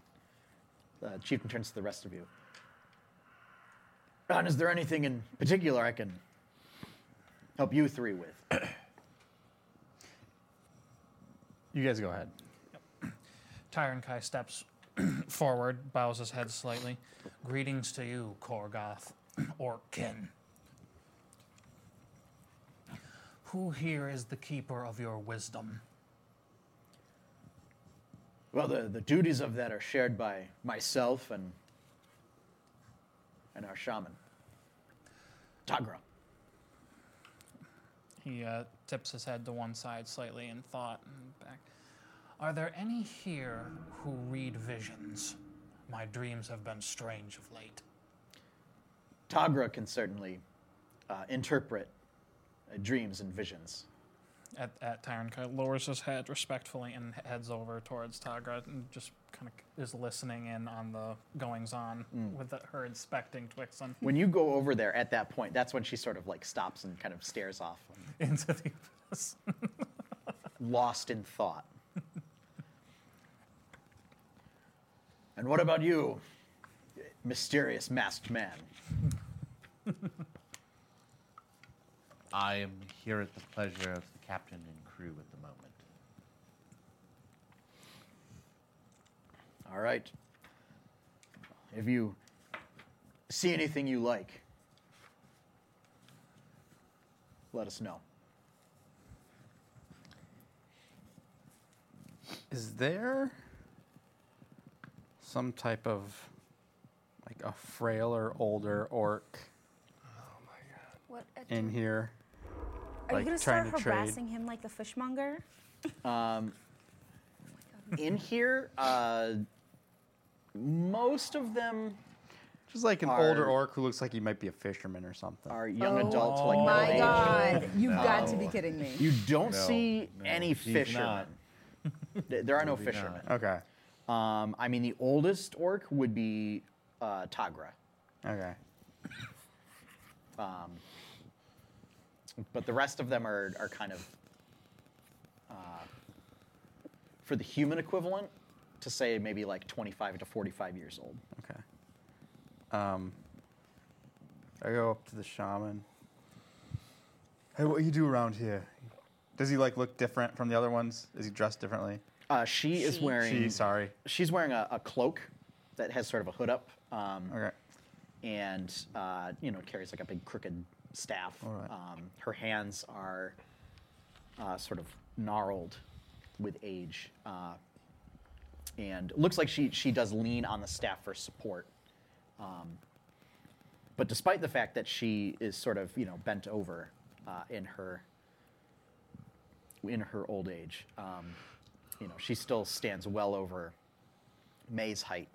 Speaker 1: The chieftain turns to the rest of you. And is there anything in particular I can help you three with?
Speaker 3: you guys go ahead.
Speaker 6: Tyron Kai steps (clears throat) forward, bows his head slightly. Greetings to you, Korgoth, (clears throat) or Kin. Who here is the keeper of your wisdom?
Speaker 1: Well, the, the duties of that are shared by myself and and our shaman, Tagra.
Speaker 6: He uh, tips his head to one side slightly in thought and back. Are there any here who read visions? My dreams have been strange of late.
Speaker 1: Tagra can certainly uh, interpret uh, dreams and visions.
Speaker 6: At, at Tyron Kai lowers his head respectfully and he- heads over towards Tagra and just kind of is listening in on the goings on with the, her inspecting Twixen (laughs)
Speaker 1: When you go over there at that point, that's when she sort of like stops and kind of stares off,
Speaker 6: into the abyss.
Speaker 1: lost in thought. and what about you, mysterious masked man?
Speaker 5: I am here at the pleasure of the captain and crew at the moment.
Speaker 1: All right. If you see anything you like, let us know.
Speaker 7: Is there some type of like a frailer, older orc
Speaker 2: What a
Speaker 7: in here?
Speaker 2: Are
Speaker 7: like,
Speaker 2: you gonna
Speaker 7: trying
Speaker 2: start
Speaker 7: to trade.
Speaker 2: harassing him like the fishmonger?
Speaker 1: In here, uh, most of them
Speaker 7: Just like an
Speaker 1: Are-
Speaker 7: older orc who looks like he might be a fisherman or something.
Speaker 1: are young adults like
Speaker 7: Oh,
Speaker 1: middle
Speaker 9: Oh My
Speaker 1: age.
Speaker 9: God, you've got to be kidding me.
Speaker 1: You don't
Speaker 5: No,
Speaker 1: see
Speaker 5: no,
Speaker 1: any
Speaker 5: he's
Speaker 1: fishermen.
Speaker 5: not.
Speaker 1: Th- there are no
Speaker 5: Maybe not.
Speaker 1: fishermen.
Speaker 7: okay.
Speaker 1: Um, I mean, the oldest orc would be uh, Tagra,
Speaker 7: Okay.
Speaker 1: but the rest of them are, are kind of, uh, for the human equivalent, to say maybe like 25 to 45 years old.
Speaker 7: Okay. Um, I go up to the shaman. Hey, what do you do around here? Does he like look different from the other ones? Is he dressed differently?
Speaker 1: Uh, she, is
Speaker 2: She.
Speaker 1: wearing
Speaker 7: She, sorry.
Speaker 1: she's wearing a, a cloak that has sort of a hood up, um,
Speaker 7: Okay.
Speaker 1: and uh, you know carries like a big crooked staff.
Speaker 7: Alright.
Speaker 1: Um, her hands are uh, sort of gnarled with age, uh, and it looks like she she does lean on the staff for support. Um, but despite the fact that she is sort of you know bent over uh, in her in her old age, um, you know she still stands well over May's height.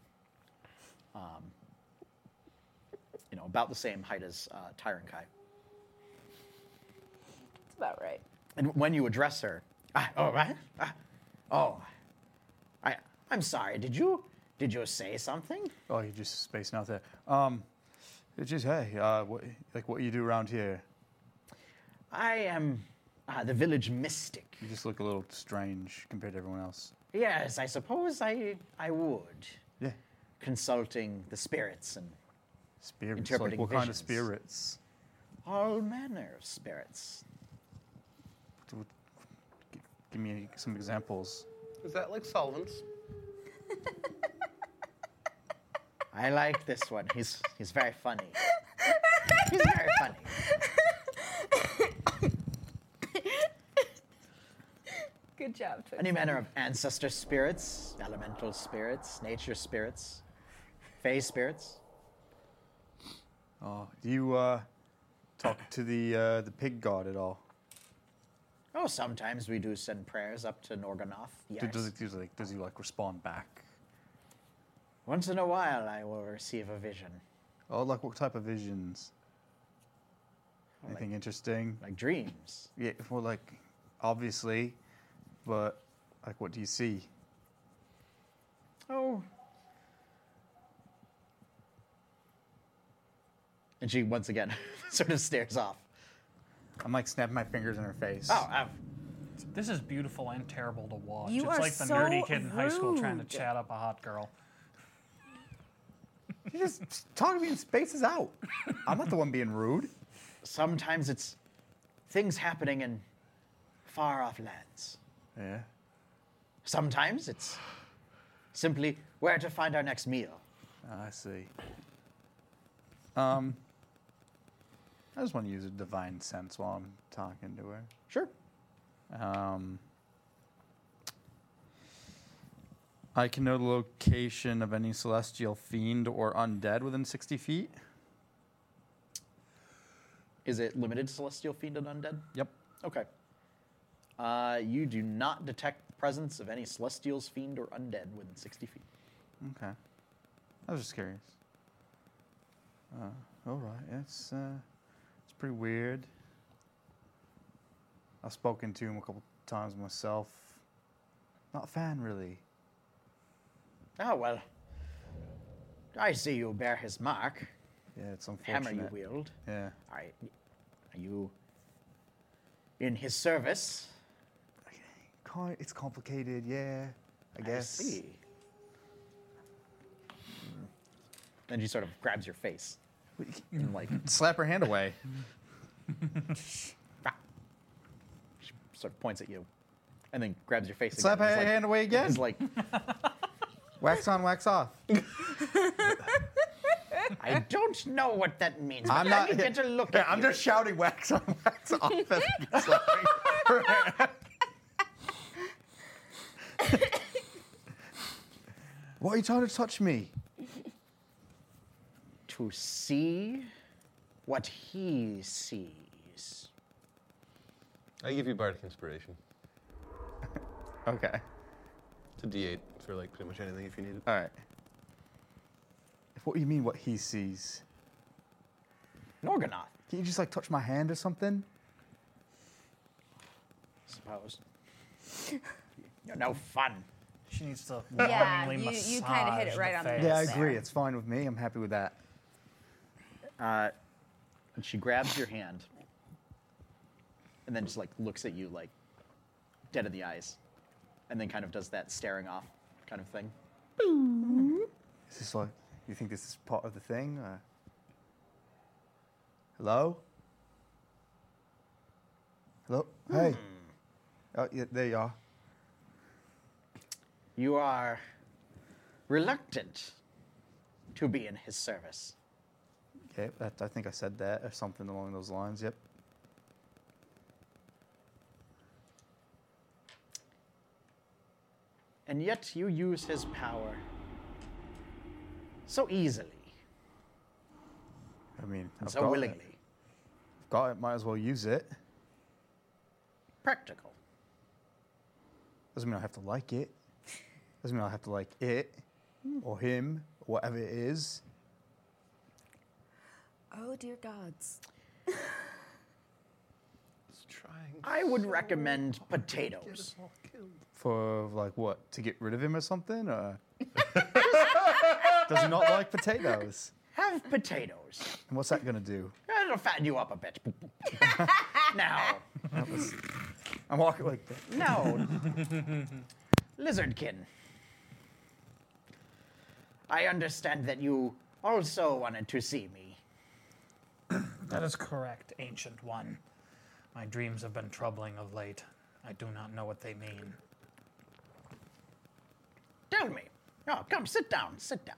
Speaker 1: Um, you know about the same height as uh, Tyron Kai.
Speaker 2: That's about right.
Speaker 1: And when you address her, I, oh, right? I, oh, I, I'm sorry. Did you did you say something?
Speaker 3: Oh, you're just spacing out there. Um, it's just hey, uh, what, like what you do around here?
Speaker 1: I am uh, the village mystic.
Speaker 3: You just look a little strange compared to everyone else.
Speaker 1: Yes, I suppose I I would
Speaker 3: Yeah,
Speaker 1: consulting the spirits and
Speaker 3: spirits. Like,
Speaker 1: Interpreting
Speaker 3: what kind
Speaker 1: visions.
Speaker 3: of spirits?
Speaker 1: all manner of spirits.
Speaker 3: Do- gi- Give me some examples.
Speaker 4: Is that like solvents?
Speaker 1: I like this one. He's he's very funny. He's very funny.
Speaker 9: Good job, Twix.
Speaker 1: Any manner of ancestor spirits, elemental spirits, nature spirits, fey spirits.
Speaker 3: Oh, do you uh, talk to the uh, the pig god at all?
Speaker 1: Oh, sometimes we do send prayers up to Norganoth. Yes.
Speaker 3: Do- Does, it, does, it, like, does he like respond back?
Speaker 1: Once in a while, I will receive a vision,
Speaker 3: Oh, like what type of visions? Anything interesting?
Speaker 1: like dreams.
Speaker 3: Yeah, well, like obviously, but like, what do you see?
Speaker 1: Oh. And she once again (laughs) sort of stares off.
Speaker 3: I'm like snapping my fingers in her face.
Speaker 1: Oh, i
Speaker 6: This is beautiful and terrible to watch.
Speaker 2: You
Speaker 6: it's
Speaker 2: are
Speaker 6: like the
Speaker 2: so
Speaker 6: nerdy kid in high school trying to
Speaker 2: rude.
Speaker 6: chat up a hot girl.
Speaker 3: You just talk to me and spaces out. (laughs) I'm not the one being rude.
Speaker 1: sometimes it's things happening in far off lands.
Speaker 3: Yeah.
Speaker 1: Sometimes it's Simply where to find our next meal.
Speaker 3: Ah, I see. Um, I just want to use a divine sense while I'm talking to her.
Speaker 1: Sure.
Speaker 3: Um, I can know the location of any celestial fiend or undead within 60 feet.
Speaker 1: Is it limited celestial fiend and undead?
Speaker 3: Yep.
Speaker 1: Okay. Uh, you do not detect the presence of any celestials, fiend, or undead within 60 feet.
Speaker 3: Okay. I was just curious. Uh, all right. It's uh, it's pretty weird. I've spoken to him a couple times myself. Not a fan, really.
Speaker 1: Ah, well. I see you bear his mark.
Speaker 3: Yeah, it's unfortunate.
Speaker 1: Hammer you wield.
Speaker 3: Yeah.
Speaker 1: I, are you in his service?
Speaker 10: Ki- It's complicated, yeah. I
Speaker 1: I
Speaker 10: guess.
Speaker 1: see. Then she sort of grabs your face. And (laughs) like,
Speaker 3: Slap her hand (laughs) away.
Speaker 1: "Ah." she sort of points at you. And then grabs your face
Speaker 3: Slap her
Speaker 1: again. and is like-
Speaker 3: hand away again.
Speaker 1: Is like,
Speaker 3: wax on, wax off.
Speaker 1: I don't know what that means. But
Speaker 3: I'm
Speaker 1: let
Speaker 3: not-
Speaker 1: me get a look
Speaker 3: Yeah,
Speaker 1: at
Speaker 3: I'm
Speaker 1: you."
Speaker 3: just shouting wax on, wax (laughs) off. as she gets slapping her (laughs) hand. Why are you trying to touch me?
Speaker 1: to see what he sees.
Speaker 7: I give you bardic inspiration.
Speaker 3: Okay.
Speaker 7: It's a D8 for like pretty much anything if you need it.
Speaker 3: All right. What do you mean? What he sees?
Speaker 1: Norganoth,
Speaker 3: Can you just like touch my hand or something?
Speaker 1: suppose. You're (laughs) no fun.
Speaker 6: She needs to
Speaker 11: Yeah,
Speaker 6: lovingly
Speaker 11: you-
Speaker 6: massage
Speaker 11: you kinda hit it right on the
Speaker 6: face.
Speaker 3: Yeah, I
Speaker 11: Yes.
Speaker 3: agree. It's fine with me. I'm happy with that.
Speaker 1: And she grabs your hand and then just like looks at you like dead in the eyes and then kind of does that staring off kind of thing.
Speaker 10: Is this like, you think this is part of the thing?
Speaker 3: Uh,
Speaker 10: Or? Hello? Hello?
Speaker 1: Hmm.
Speaker 10: Hey. Oh, yeah, there you are.
Speaker 1: You are reluctant to be in his service.
Speaker 3: Okay, that, I think I said that or something along those lines. Yep.
Speaker 1: and yet you use his power so easily
Speaker 3: I mean,
Speaker 1: and
Speaker 3: I've
Speaker 1: so
Speaker 3: got
Speaker 1: willingly.
Speaker 3: It. I've got it. Might as well use it.
Speaker 1: Practical.
Speaker 3: Doesn't mean I have to like it. Doesn't mean I have to like it or him, or whatever it is.
Speaker 2: Oh dear gods.
Speaker 7: It's trying.
Speaker 1: I would recommend potatoes.
Speaker 7: all killed.
Speaker 3: For like what? To get rid of him or something?
Speaker 1: (laughs)
Speaker 3: Or does he not like potatoes?
Speaker 1: Have potatoes.
Speaker 3: And what's that gonna do?
Speaker 1: It'll fatten you up a bit. (laughs) now,
Speaker 3: I'm walking like that.
Speaker 1: no. Lizardkin. I understand that you also wanted to see me.
Speaker 6: That is correct, ancient one. My dreams have been troubling of late. I do not know what they mean.
Speaker 1: Tell me. Oh, come, sit down, sit down.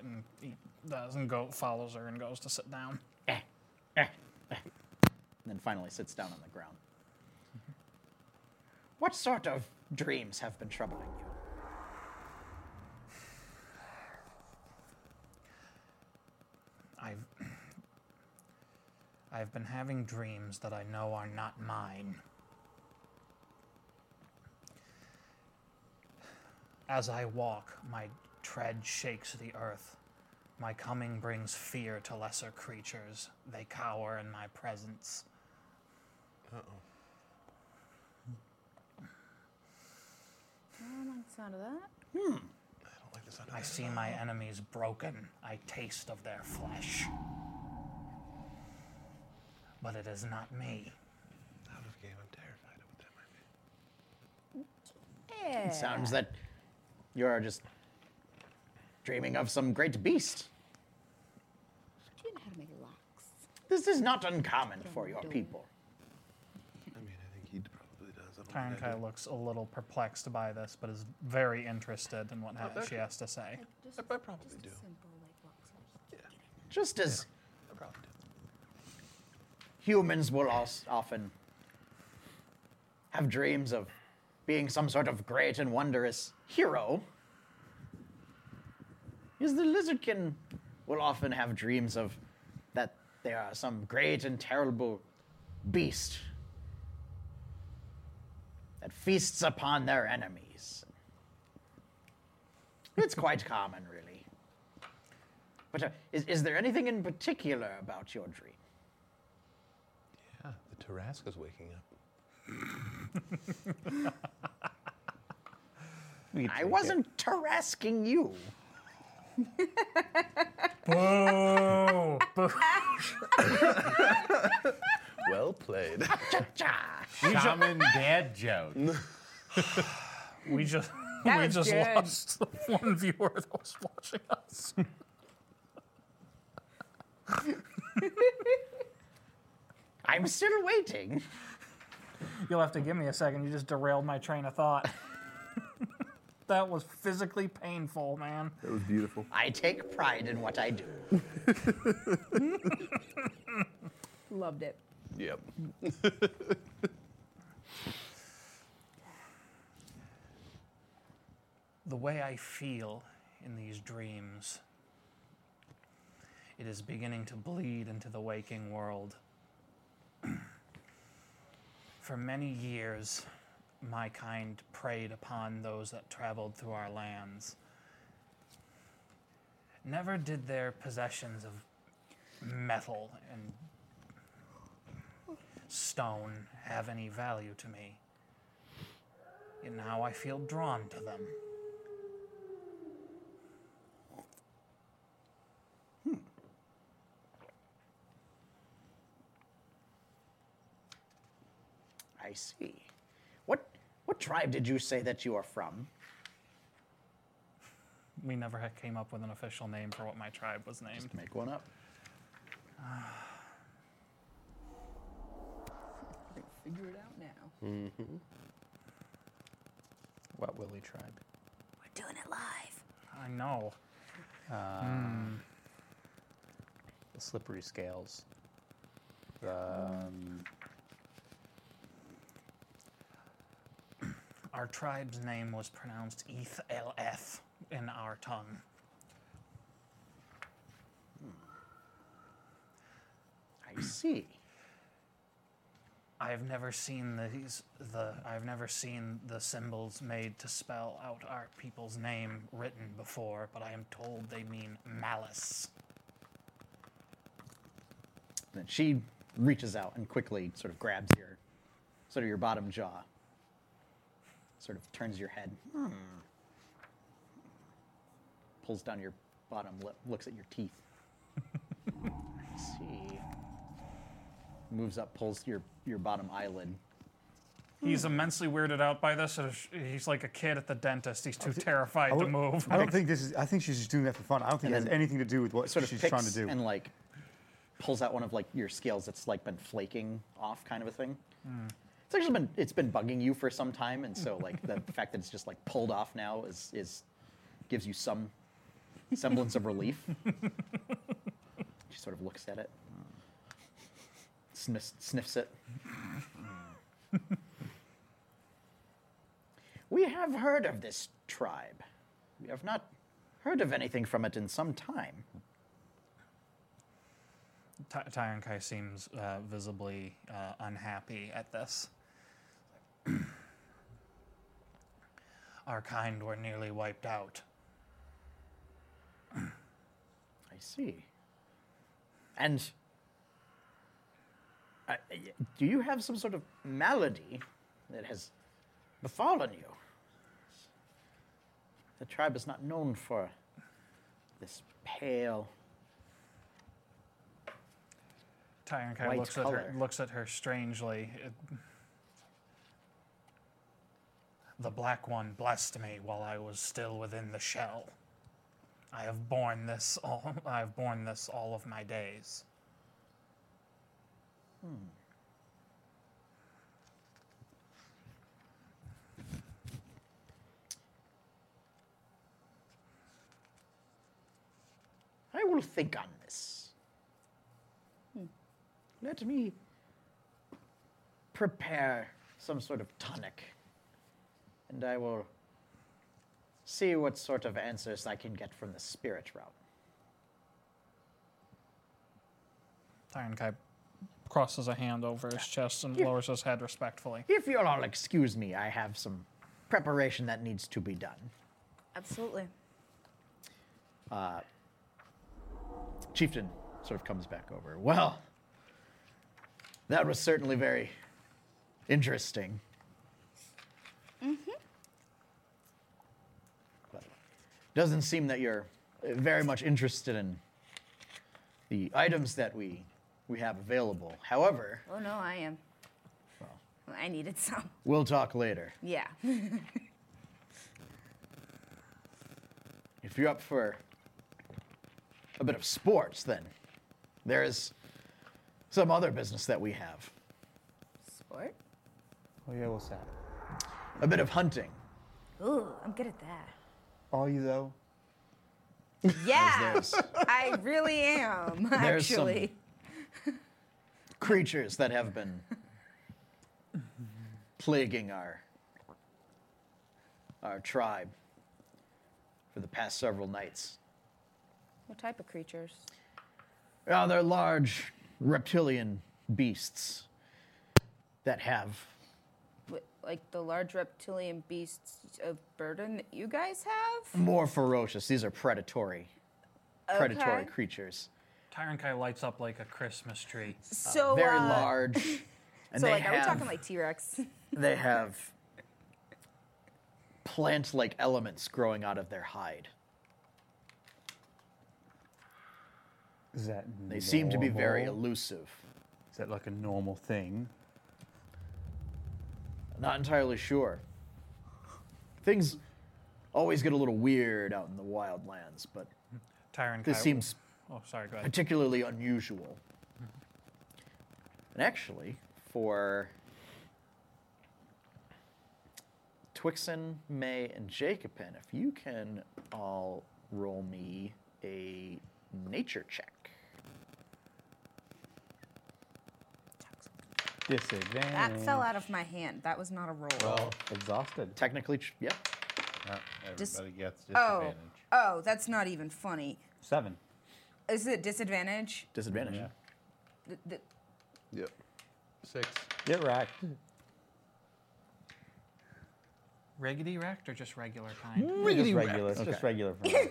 Speaker 6: And he doesn't go follows her and goes to sit down.
Speaker 1: Eh, eh, eh. And then finally sits down on the ground. What sort of dreams have been troubling you?
Speaker 6: I've I've been having dreams that I know are not mine. As I walk, my tread shakes the earth. My coming brings fear to lesser creatures. They cower in my presence.
Speaker 2: Sound of that?
Speaker 7: I don't like the sound of
Speaker 6: I
Speaker 7: that.
Speaker 6: see my enemies broken. I taste of their flesh. But it is not me.
Speaker 7: Out of game, I'm terrified of what that might be.
Speaker 1: It sounds that you're just dreaming of some great beast.
Speaker 2: Do you know how to make locks?
Speaker 1: This is not uncommon for your people.
Speaker 7: I mean, I think he probably does. I'm
Speaker 6: Tyron Kai looks a little perplexed by this, but is very interested in what
Speaker 2: Oh,
Speaker 6: ha-
Speaker 4: thank
Speaker 6: she
Speaker 4: you.
Speaker 6: has to
Speaker 4: I,
Speaker 6: say.
Speaker 4: I probably do.
Speaker 1: Just as
Speaker 4: I probably do.
Speaker 1: humans will als- often have dreams of being some sort of great and wondrous hero, is the lizardkin will often have dreams of that they are some great and terrible beast that feasts upon their enemies. It's quite common, really. But uh, is, is there anything in particular about your dream?
Speaker 4: Yeah, the Tarasca's waking up.
Speaker 1: I wasn't tarasking you.
Speaker 6: Boo! Boo!
Speaker 4: Well played.
Speaker 1: Cha.
Speaker 5: Shaman dad joke.
Speaker 2: (laughs)
Speaker 6: We just (laughs)
Speaker 2: That
Speaker 6: we
Speaker 2: was
Speaker 6: just
Speaker 2: good.
Speaker 6: lost one viewer that was watching us.
Speaker 1: I'm still waiting.
Speaker 6: (laughs) You'll have to give me a second. You just derailed my train of (laughs) thought. that was physically painful, man.
Speaker 12: That was beautiful.
Speaker 1: I take pride in what I do.
Speaker 9: Loved it.
Speaker 4: (laughs) yep.
Speaker 6: the way I feel in these dreams, it is beginning to bleed into the waking world. (clears throat) For many years, my kind preyed upon those that traveled through our lands. Never did their possessions of metal and stone have any value to me. Yet now I feel drawn to them.
Speaker 1: I see. What what tribe did you say that you are from?
Speaker 6: We never had- came up with an official name for what my tribe was named.
Speaker 1: Make one up.
Speaker 9: We're gonna figure it out now.
Speaker 7: What Willie tribe?
Speaker 2: We're doing it live.
Speaker 6: I know.
Speaker 7: The slippery scales. Um,
Speaker 6: Our tribe's name was pronounced Eth LF in our tongue.
Speaker 1: I see.
Speaker 6: I have never seen these the I've never seen the symbols made to spell out our people's name written before, but I am told they mean malice.
Speaker 1: Then she reaches out and quickly sort of grabs your sort of your bottom jaw. Sort of turns your head. Hmm. Pulls down your bottom lip, looks at your teeth. I see. Moves up, pulls your, your bottom eyelid.
Speaker 6: He's
Speaker 3: Hmm.
Speaker 6: immensely weirded out by this. and sh- He's like a kid at the dentist. He's too terrified to
Speaker 3: would-
Speaker 6: move.
Speaker 3: I (laughs) don't think this is. I think she's just doing that for fun. I don't think
Speaker 1: And
Speaker 3: it has
Speaker 1: then
Speaker 3: anything to do with what
Speaker 1: sort of
Speaker 3: she's
Speaker 1: picks
Speaker 3: trying to do.
Speaker 1: and like pulls out one of like your scales that's like been flaking off kind of a thing
Speaker 3: Hmm.
Speaker 1: it's actually been it's been bugging you for some time and so like
Speaker 3: (laughs)
Speaker 1: the fact that it's just like pulled off now is is gives you some semblance of
Speaker 3: (laughs)
Speaker 1: relief she sort of looks at it sniffs, sniffs
Speaker 3: (laughs)
Speaker 1: it we have heard of this tribe we have not heard of anything from it in some time
Speaker 6: Ty- Tyron Kai seems uh, visibly uh, unhappy at this. (clears throat) Our kind were nearly wiped out.
Speaker 1: I see. And uh, y- do you have some sort of malady that has befallen you? The tribe is not known for this pale.
Speaker 6: Tyron Kai
Speaker 1: White
Speaker 6: looks at
Speaker 1: color.
Speaker 6: her looks at her strangely. It- the black one blessed me while I was still within the shell. I have borne this all (laughs) I have borne this all of my days.
Speaker 1: will think on this. Let me prepare some sort of tonic, and I will see what sort of answers I can get from the spirit realm.
Speaker 6: Tyron Kai crosses a hand over his chest and lowers his head respectfully.
Speaker 1: If you'll all excuse me, I have some preparation that needs to be done.
Speaker 2: Absolutely.
Speaker 1: Chieftain sort of comes back over. Well, that was certainly very interesting. But doesn't seem that you're uh, very much interested in the items that we we have available. However,
Speaker 2: Oh no, I am. I needed some. (laughs)
Speaker 1: we'll talk later.
Speaker 2: Yeah.
Speaker 1: If you're up for a bit of sports, then there is some other business that we have.
Speaker 2: Sport.
Speaker 7: Oh yeah, what's that?
Speaker 1: A bit of hunting.
Speaker 2: Ooh, I'm good at that.
Speaker 3: Are you though?
Speaker 2: Yeah,
Speaker 1: There's,
Speaker 2: (laughs) I really am.
Speaker 1: there's some
Speaker 2: Actually,
Speaker 1: creatures that have been plaguing our our tribe for the past several nights.
Speaker 2: what type of creatures?
Speaker 1: Uh, they're large reptilian beasts that have
Speaker 2: Wh- Like the large reptilian beasts of burden that you guys have?
Speaker 1: more ferocious. These are predatory, predatory
Speaker 2: Okay.
Speaker 1: creatures.
Speaker 6: Tyron Kai lights up like a Christmas tree.
Speaker 2: So
Speaker 1: Very
Speaker 2: uh, (laughs)
Speaker 1: large. And
Speaker 2: So
Speaker 1: they
Speaker 2: like,
Speaker 1: have,
Speaker 2: are we talking like T-Rex?
Speaker 1: they have plant-like elements growing out of their hide.
Speaker 3: Is that
Speaker 1: They seem to be very
Speaker 3: normal?
Speaker 1: elusive.
Speaker 3: Is that like a normal thing?
Speaker 1: Not entirely sure. Things always get a little weird out in the wildlands, but
Speaker 6: Tyron Kai.
Speaker 1: this seems
Speaker 6: Oh, sorry. Go ahead.
Speaker 1: particularly unusual. And actually, for Twixen, May, and Jacobin, if you can all roll me a nature check.
Speaker 7: Disadvantage.
Speaker 2: That
Speaker 3: Mm.
Speaker 2: fell out of my hand. That was not a roll.
Speaker 7: Exhausted.
Speaker 1: Technically, ch- yeah.
Speaker 5: No, everybody
Speaker 2: Dis-
Speaker 5: gets
Speaker 2: oh,
Speaker 5: disadvantage.
Speaker 2: oh, that's not even funny.
Speaker 7: Seven.
Speaker 2: Is it disadvantage?
Speaker 1: Disadvantage.
Speaker 2: Th- th-
Speaker 4: Yep. Six.
Speaker 7: Get racked.
Speaker 6: Riggedy wrecked or just regular
Speaker 3: Mm.
Speaker 6: kind?
Speaker 7: just regular. It's just regular. For me.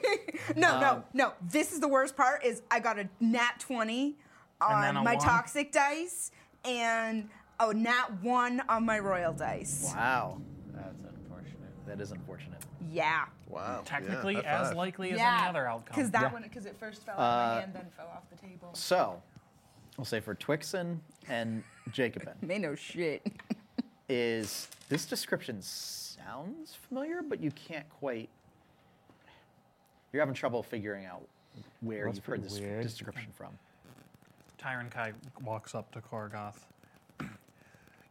Speaker 1: (laughs)
Speaker 2: No, no, no. This is the worst part. Is I got a nat twenty
Speaker 6: then
Speaker 2: on
Speaker 6: a
Speaker 2: my
Speaker 6: one?
Speaker 2: toxic dice and a nat one on my royal dice.
Speaker 1: Wow.
Speaker 5: That's unfortunate.
Speaker 1: That is unfortunate.
Speaker 2: Yeah,
Speaker 4: Wow.
Speaker 6: Technically,
Speaker 4: yeah, high
Speaker 6: as
Speaker 4: five.
Speaker 6: likely as
Speaker 2: yeah.
Speaker 6: any other outcome.
Speaker 9: Because that one, because it first fell out of my hand, then fell off the table.
Speaker 1: So, we'll say for Twixen and Jacobin.
Speaker 2: they know shit.
Speaker 1: is this description sounds familiar, but you can't quite. You're having trouble figuring out where
Speaker 3: That's
Speaker 1: you've heard
Speaker 3: pretty
Speaker 1: this
Speaker 3: weird.
Speaker 1: description from.
Speaker 6: Tyron Kai walks up to Korgoth.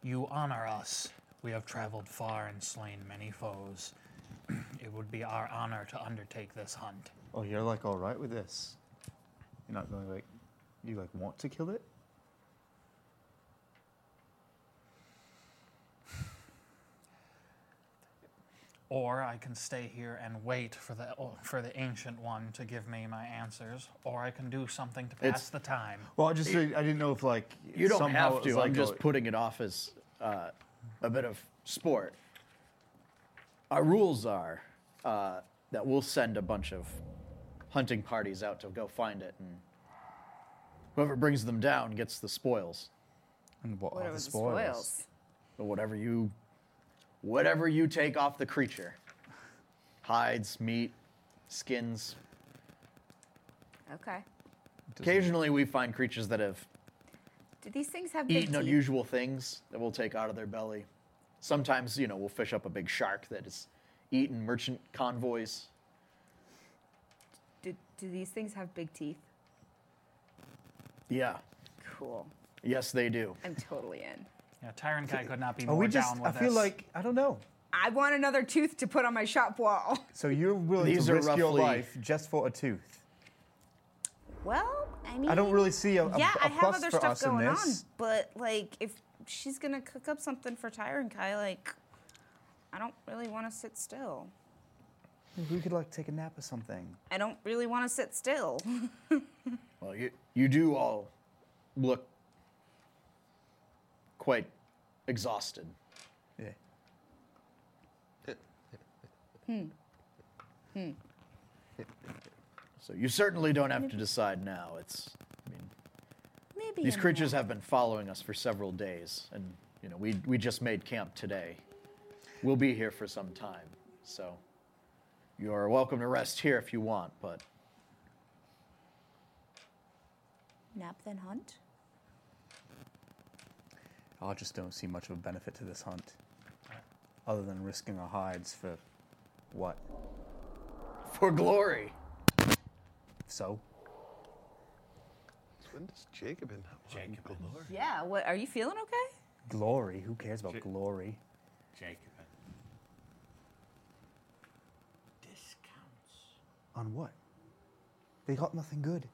Speaker 6: You honor us. We have traveled far and slain many foes. (clears throat) it would be our honor to undertake this hunt.
Speaker 3: Oh, you're like all right with this. You're not going like, you like want to kill it?
Speaker 6: Or I can stay here and wait for the oh, for the ancient one to give me my answers, or I can do something to pass
Speaker 1: It's-
Speaker 6: the time.
Speaker 3: Well, I just I didn't know if like
Speaker 1: You don't
Speaker 3: somehow
Speaker 1: have
Speaker 3: it was
Speaker 1: to. I'm
Speaker 3: like,
Speaker 1: just
Speaker 3: oh,
Speaker 1: putting it off as uh, a bit of sport. Our rules are uh, that we'll send a bunch of hunting parties out to go find it, and whoever brings them down gets the spoils.
Speaker 3: And what
Speaker 2: Whatever
Speaker 3: are the
Speaker 2: the
Speaker 3: spoils?
Speaker 2: spoils.
Speaker 1: whatever you whatever you take off the creature hides meat skins
Speaker 2: Okay.
Speaker 1: occasionally we find creatures that have
Speaker 2: Do these things have big
Speaker 1: eaten
Speaker 2: teeth?
Speaker 1: unusual things that we'll take out of their belly sometimes you know we'll fish up a big shark that has eaten merchant convoys
Speaker 2: do, do these things have big teeth?
Speaker 1: yeah
Speaker 2: Cool.
Speaker 1: yes they do
Speaker 2: I'm totally in.
Speaker 6: Yeah, Tyron Kai could not be
Speaker 3: Are
Speaker 6: more
Speaker 3: we just?
Speaker 6: down
Speaker 3: I
Speaker 6: with
Speaker 3: feel
Speaker 6: this.
Speaker 3: like I don't know.
Speaker 2: I want another tooth to put on my shop wall.
Speaker 3: So you're willing
Speaker 1: These
Speaker 3: to
Speaker 1: are
Speaker 3: risk your
Speaker 1: roughly-
Speaker 3: life just for a tooth?
Speaker 2: Well, I mean,
Speaker 3: I don't really see a, a,
Speaker 2: yeah,
Speaker 3: a
Speaker 2: I have
Speaker 3: plus
Speaker 2: other
Speaker 3: for
Speaker 2: stuff
Speaker 3: us in
Speaker 2: going on,
Speaker 3: this.
Speaker 2: but like if she's gonna cook up something for Tyre and Kai, like I don't really want to sit still.
Speaker 3: We could like take a nap or something.
Speaker 2: I don't really want to sit still.
Speaker 1: Well, you, you do all look quite exhausted.
Speaker 3: Yeah.
Speaker 1: So you certainly don't have to decide now. It's, I mean,
Speaker 2: Maybe
Speaker 1: these
Speaker 2: in a
Speaker 1: creatures have been following us for several days, and you know we we just made camp today. We'll be here for some time, so you're welcome to rest here if you want. But
Speaker 2: nap then hunt.
Speaker 3: I just don't see much of a benefit to this hunt, other than risking our hides for what?
Speaker 1: for glory,
Speaker 3: So
Speaker 4: When does Jacob end up? Jacob.
Speaker 2: Yeah. What are you feeling? Okay.
Speaker 3: glory? Who cares about
Speaker 5: Shit.
Speaker 3: glory?
Speaker 5: Jacob.
Speaker 3: On what? They got nothing good.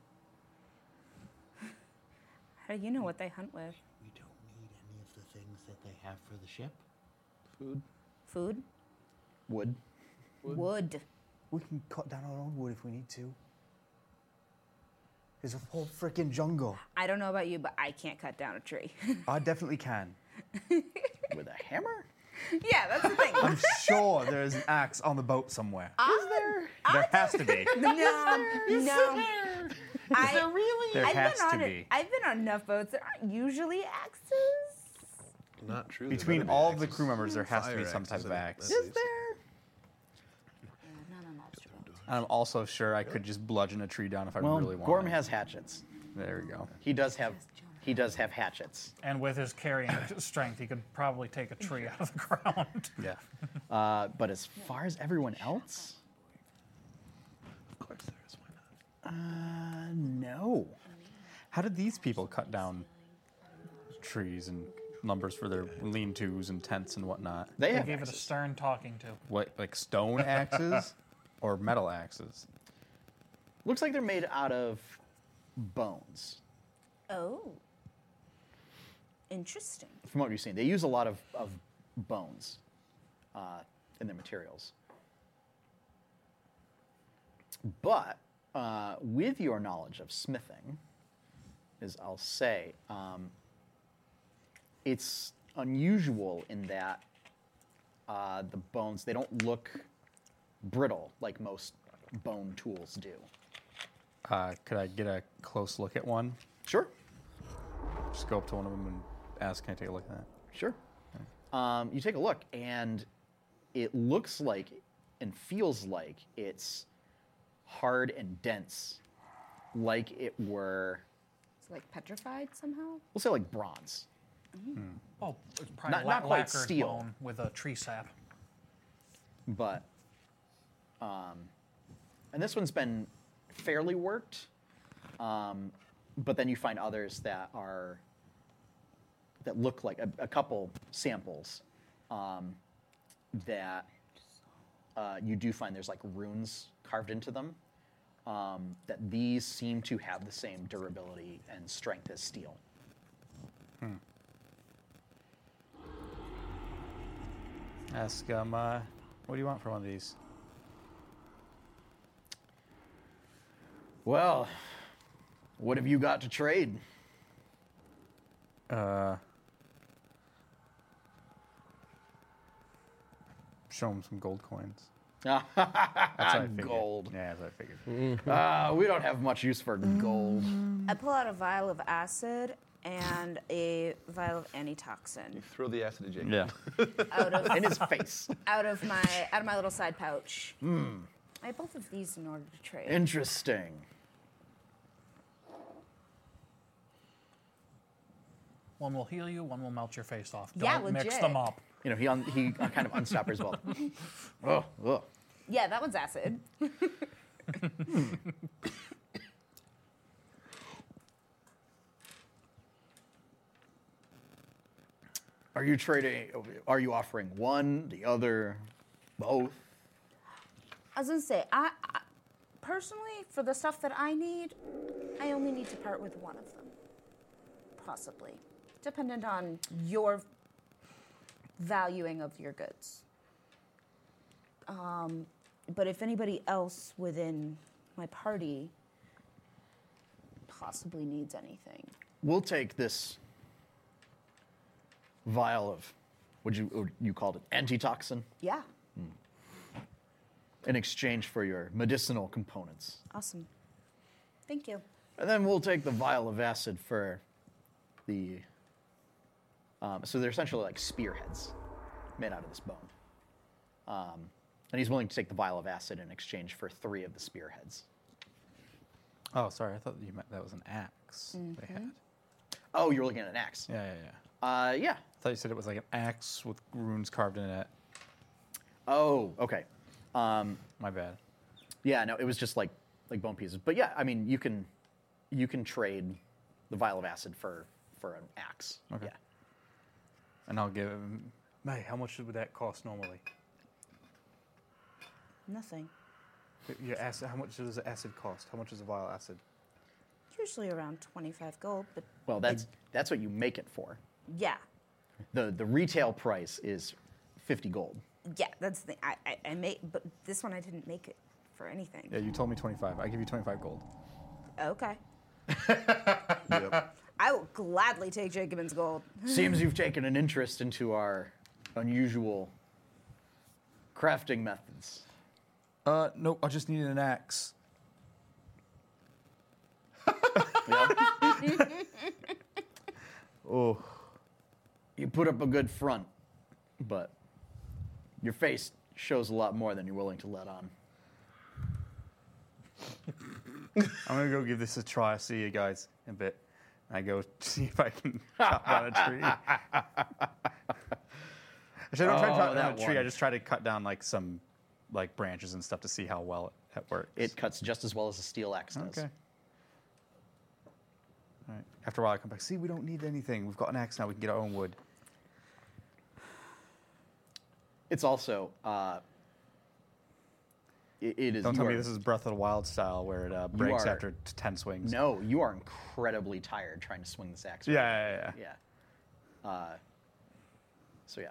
Speaker 2: How do you know what they hunt with?
Speaker 12: We don't need any of the things that they have for the ship.
Speaker 4: Food.
Speaker 2: Food,
Speaker 1: wood.
Speaker 2: wood.
Speaker 3: We can cut down our own wood if we need to. There's a whole freaking jungle.
Speaker 2: I don't know about you, but I can't cut down a tree.
Speaker 3: I definitely can.
Speaker 1: with a hammer?
Speaker 2: (laughs) yeah, that's the thing.
Speaker 3: I'm sure there is an axe on the boat somewhere. Is there? There has to be.
Speaker 2: (laughs) no, no. I, really?
Speaker 7: There
Speaker 2: I've
Speaker 7: has
Speaker 2: been
Speaker 7: to
Speaker 2: on
Speaker 7: be.
Speaker 2: I've been on enough boats. There aren't usually axes.
Speaker 4: Not true. there
Speaker 7: Between
Speaker 4: better be
Speaker 7: all of the
Speaker 4: axes.
Speaker 7: crew members, there has to be
Speaker 4: Fire
Speaker 7: some
Speaker 4: axes
Speaker 7: type of
Speaker 4: and-
Speaker 7: axe.
Speaker 4: at least.
Speaker 7: I'm also sure I could just bludgeon a tree down if
Speaker 1: (laughs)
Speaker 7: I
Speaker 1: Well,
Speaker 7: really wanted.
Speaker 1: Gorm has hatchets.
Speaker 7: There we go.
Speaker 1: He does have he does have hatchets.
Speaker 6: And with
Speaker 3: (coughs)
Speaker 6: his carrying strength, he could probably take a tree out of the ground.
Speaker 7: Yeah.
Speaker 1: Uh, but as far as everyone else,
Speaker 4: Of course there is. Why not?
Speaker 1: uh, no.
Speaker 7: How did these people cut down trees and numbers for their lean-tos and tents and whatnot?
Speaker 1: They
Speaker 6: They
Speaker 1: have
Speaker 6: gave it a
Speaker 1: axes.
Speaker 6: stern talking to.
Speaker 7: What, like stone axes or metal axes?
Speaker 1: Looks like they're made out of bones.
Speaker 2: Oh. Interesting.
Speaker 1: from what we've seen, they use a lot of, of bones uh, in their materials. But uh, with your knowledge of smithing, as I'll say, um, it's unusual in that uh, the bones they don't look brittle like most bone tools do.
Speaker 7: Uh, could I get a close look at one?
Speaker 1: Sure.
Speaker 7: Just go up to one of them and ask, "Can I take a look at that?"
Speaker 1: Sure. Um, you take a look, and it looks like and feels like it's hard and dense, like it were,
Speaker 9: It's like petrified somehow.
Speaker 1: we'll say like bronze.
Speaker 6: Oh, it's probably
Speaker 1: Not-
Speaker 6: la-
Speaker 1: not quite
Speaker 6: lacquered
Speaker 1: steel.
Speaker 6: bone with a tree sap.
Speaker 1: but um, and this one's been fairly worked um, but then you find others that are that look like a, a couple samples um, that uh, you do find there's like runes carved into them um, that these seem to have the same durability and strength as steel
Speaker 7: Ask um, uh, what do you want for one of these?
Speaker 1: well what have you got to trade
Speaker 7: Show him some gold coins.
Speaker 1: Ah,
Speaker 3: (laughs)
Speaker 7: I figured.
Speaker 1: gold
Speaker 7: Yeah, that's what I figured.
Speaker 3: Mm-hmm.
Speaker 1: Uh, we don't have much use for (laughs) gold.
Speaker 2: I pull out a vial of acid and a vial of antitoxin
Speaker 4: Throw the acid at Jacob.
Speaker 7: Yeah.
Speaker 2: out
Speaker 7: (laughs)
Speaker 2: of
Speaker 1: In his face.
Speaker 2: out of my out of my little side pouch.
Speaker 7: Hmm.
Speaker 2: I have both of these in order to trade.
Speaker 1: Interesting.
Speaker 6: One will heal you, one will melt your face off. Don't
Speaker 2: Yeah,
Speaker 6: mix
Speaker 2: legit.
Speaker 6: them up.
Speaker 1: You know, he un- he kind of unstopped her as well. oh, oh.
Speaker 2: yeah, that one's acid.
Speaker 1: Are you trading? Are you offering one, the other, both?
Speaker 2: I was gonna say, I, I personally for the stuff that I need, I only need to part with one of them. Possibly. Dependent on your valuing of your goods. Um, but if anybody else within my party possibly needs anything,
Speaker 1: We'll take this vial of, would you or you called it antitoxin,
Speaker 2: yeah,
Speaker 1: in exchange for your medicinal components,
Speaker 2: awesome. Thank you.
Speaker 1: and then we'll take the vial of acid for the. Um, so they're essentially like spearheads made out of this bone, um, and he's willing to take the vial of acid in exchange for three of the spearheads.
Speaker 3: (laughs) Oh, sorry. I thought you meant that was an ax they had.
Speaker 1: Oh, you're looking at an axe.
Speaker 3: Yeah, yeah, yeah.
Speaker 1: Uh, yeah.
Speaker 3: I thought you said it was like an axe with runes carved in it.
Speaker 1: Oh, okay.
Speaker 3: My bad.
Speaker 1: Yeah, no, it was just like like bone pieces. But yeah, I mean, you can you can trade the vial of acid for for an axe.
Speaker 3: Okay.
Speaker 1: Yeah.
Speaker 3: And I'll give him. May, how much would that cost normally?
Speaker 2: Nothing.
Speaker 3: Your acid, how much does acid cost? How much is a vial acid?
Speaker 2: Usually around 25 gold, but
Speaker 1: Well, that's that's what you make it for.
Speaker 2: yeah,
Speaker 1: the The retail price is fifty gold.
Speaker 2: yeah, that's the I, I, I made, but this one I didn't make it for anything.
Speaker 3: Yeah, you told me 25. I give you 25 gold. (laughs)
Speaker 2: Okay. I will gladly take Jacobin's gold.
Speaker 1: Seems you've taken an interest into our unusual crafting methods.
Speaker 3: Uh, no, I just needed an axe.
Speaker 1: You put up a good front, but your face shows a lot more than you're willing to let on.
Speaker 3: I'm gonna go give this a try. See you guys in a bit. And I go (laughs) see if
Speaker 1: (laughs)
Speaker 3: I can chop down a tree. Actually, I don't try to chop
Speaker 1: Oh,
Speaker 3: down
Speaker 1: that
Speaker 3: a tree. I
Speaker 1: one.
Speaker 3: just try to cut down like some like branches and stuff to see how well it, it works.
Speaker 1: It cuts just as well as a steel axe does.
Speaker 3: okay. All right. After a while, I come back. See, we don't need anything. We've got an axe now. We can get our own wood.
Speaker 1: It's also uh, it, it is.
Speaker 3: Don't
Speaker 1: you
Speaker 3: tell me
Speaker 1: are-
Speaker 3: this is Breath of the Wild style where it uh, breaks
Speaker 1: are-
Speaker 3: after t- ten
Speaker 1: (laughs)
Speaker 3: swings.
Speaker 1: No, you are incredibly tired trying to swing this axe.
Speaker 3: Yeah,
Speaker 1: right?
Speaker 3: yeah, yeah, yeah.
Speaker 1: Yeah. Uh, so yeah.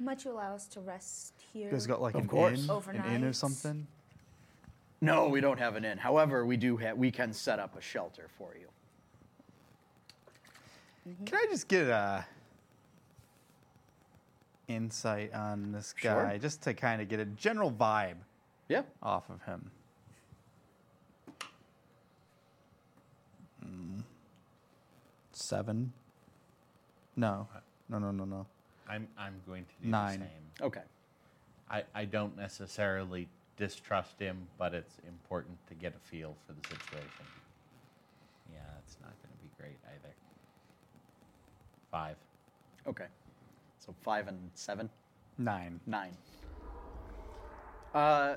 Speaker 2: Might you allow us to rest here?
Speaker 3: You guys got like an
Speaker 1: course.
Speaker 3: inn, an inn or
Speaker 2: Overnight.
Speaker 3: something.
Speaker 1: No, we don't have an inn. However, we do. Ha- we can set up a shelter for you.
Speaker 3: Can I just get a insight on this
Speaker 1: Sure.
Speaker 3: guy, just to kind of get a general vibe
Speaker 1: Yeah.
Speaker 3: off of him? Mm. Seven? No, no, no, no, no.
Speaker 5: I'm, I'm going to do
Speaker 3: Nine.
Speaker 5: the same.
Speaker 1: Okay.
Speaker 5: I, I don't necessarily distrust him, but it's important to get a feel for the situation. Yeah, that's not going to be great either. Five.
Speaker 1: Okay. So five and seven,
Speaker 3: Nine.
Speaker 1: nine. Uh,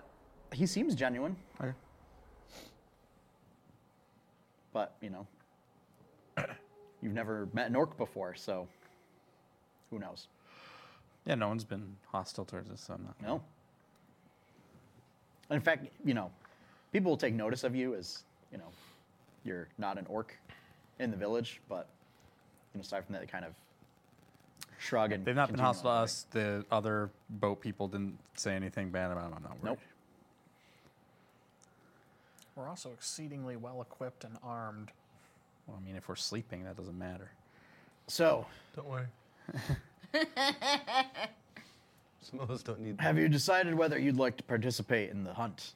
Speaker 1: he seems genuine,
Speaker 3: Okay.
Speaker 1: but you know, (coughs) you've never met an orc before, so who knows?
Speaker 3: Yeah, no one's been hostile towards us, so I'm not.
Speaker 1: No. In fact, you know, people will take notice of you as, you know, you're not an orc in the village, but, you know, aside from that, they kind of shrug and.
Speaker 3: They've not been
Speaker 1: continue
Speaker 3: hostile to
Speaker 1: on.
Speaker 3: us. The other boat people didn't say anything bad about them. I'm not worried.
Speaker 1: Nope.
Speaker 6: We're also exceedingly well equipped and armed.
Speaker 3: Well, I mean, if we're sleeping, that doesn't matter.
Speaker 1: So,
Speaker 4: Don't
Speaker 6: (laughs)
Speaker 4: worry. Some of us don't need that.
Speaker 1: have you decided whether you'd like to participate in the hunt?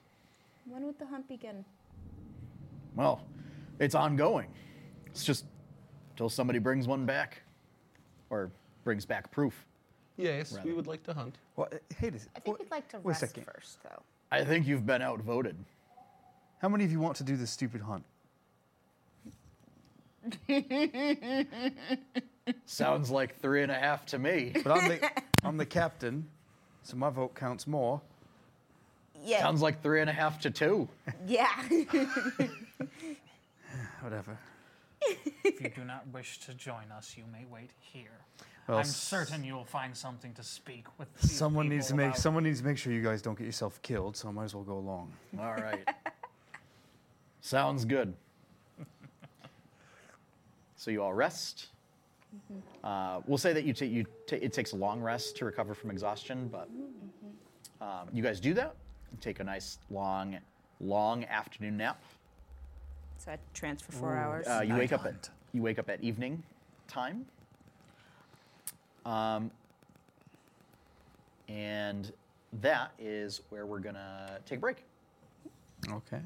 Speaker 2: When would the hunt begin?
Speaker 1: Well, it's ongoing. It's just till somebody brings one back or brings back proof.
Speaker 4: Yes, we
Speaker 1: Rather.
Speaker 4: would like to hunt.
Speaker 3: Well, uh, hey, does,
Speaker 2: I think we'd like to
Speaker 3: wait a
Speaker 2: rest
Speaker 3: second.
Speaker 2: first, though.
Speaker 1: I think you've been outvoted.
Speaker 3: How many of you want to do this stupid hunt?
Speaker 1: Sounds like three and a half to me.
Speaker 3: But I'm the, I'm the captain, so my vote counts more.
Speaker 2: Yeah.
Speaker 1: Sounds like three and a half to two.
Speaker 2: yeah. (laughs)
Speaker 3: Whatever.
Speaker 2: (laughs)
Speaker 6: If you do not wish to join us, you may wait here.
Speaker 3: Well,
Speaker 6: I'm
Speaker 3: s-
Speaker 6: certain you'll find something to speak with. these
Speaker 3: Someone needs to
Speaker 6: people
Speaker 3: make
Speaker 6: about.
Speaker 3: someone needs to make sure you guys don't get yourself killed, so I might as well go along.
Speaker 1: All right. Sounds good. So you all rest. Uh, we'll say that you ta- you ta- it takes a long rest to recover from exhaustion, but um, you guys do that. You take a nice long, long afternoon nap.
Speaker 2: So I transfer four hours.
Speaker 1: Uh, you wake up at
Speaker 6: Night.
Speaker 1: you wake up at evening time. Um, and that is where we're gonna take a break.
Speaker 3: Okay.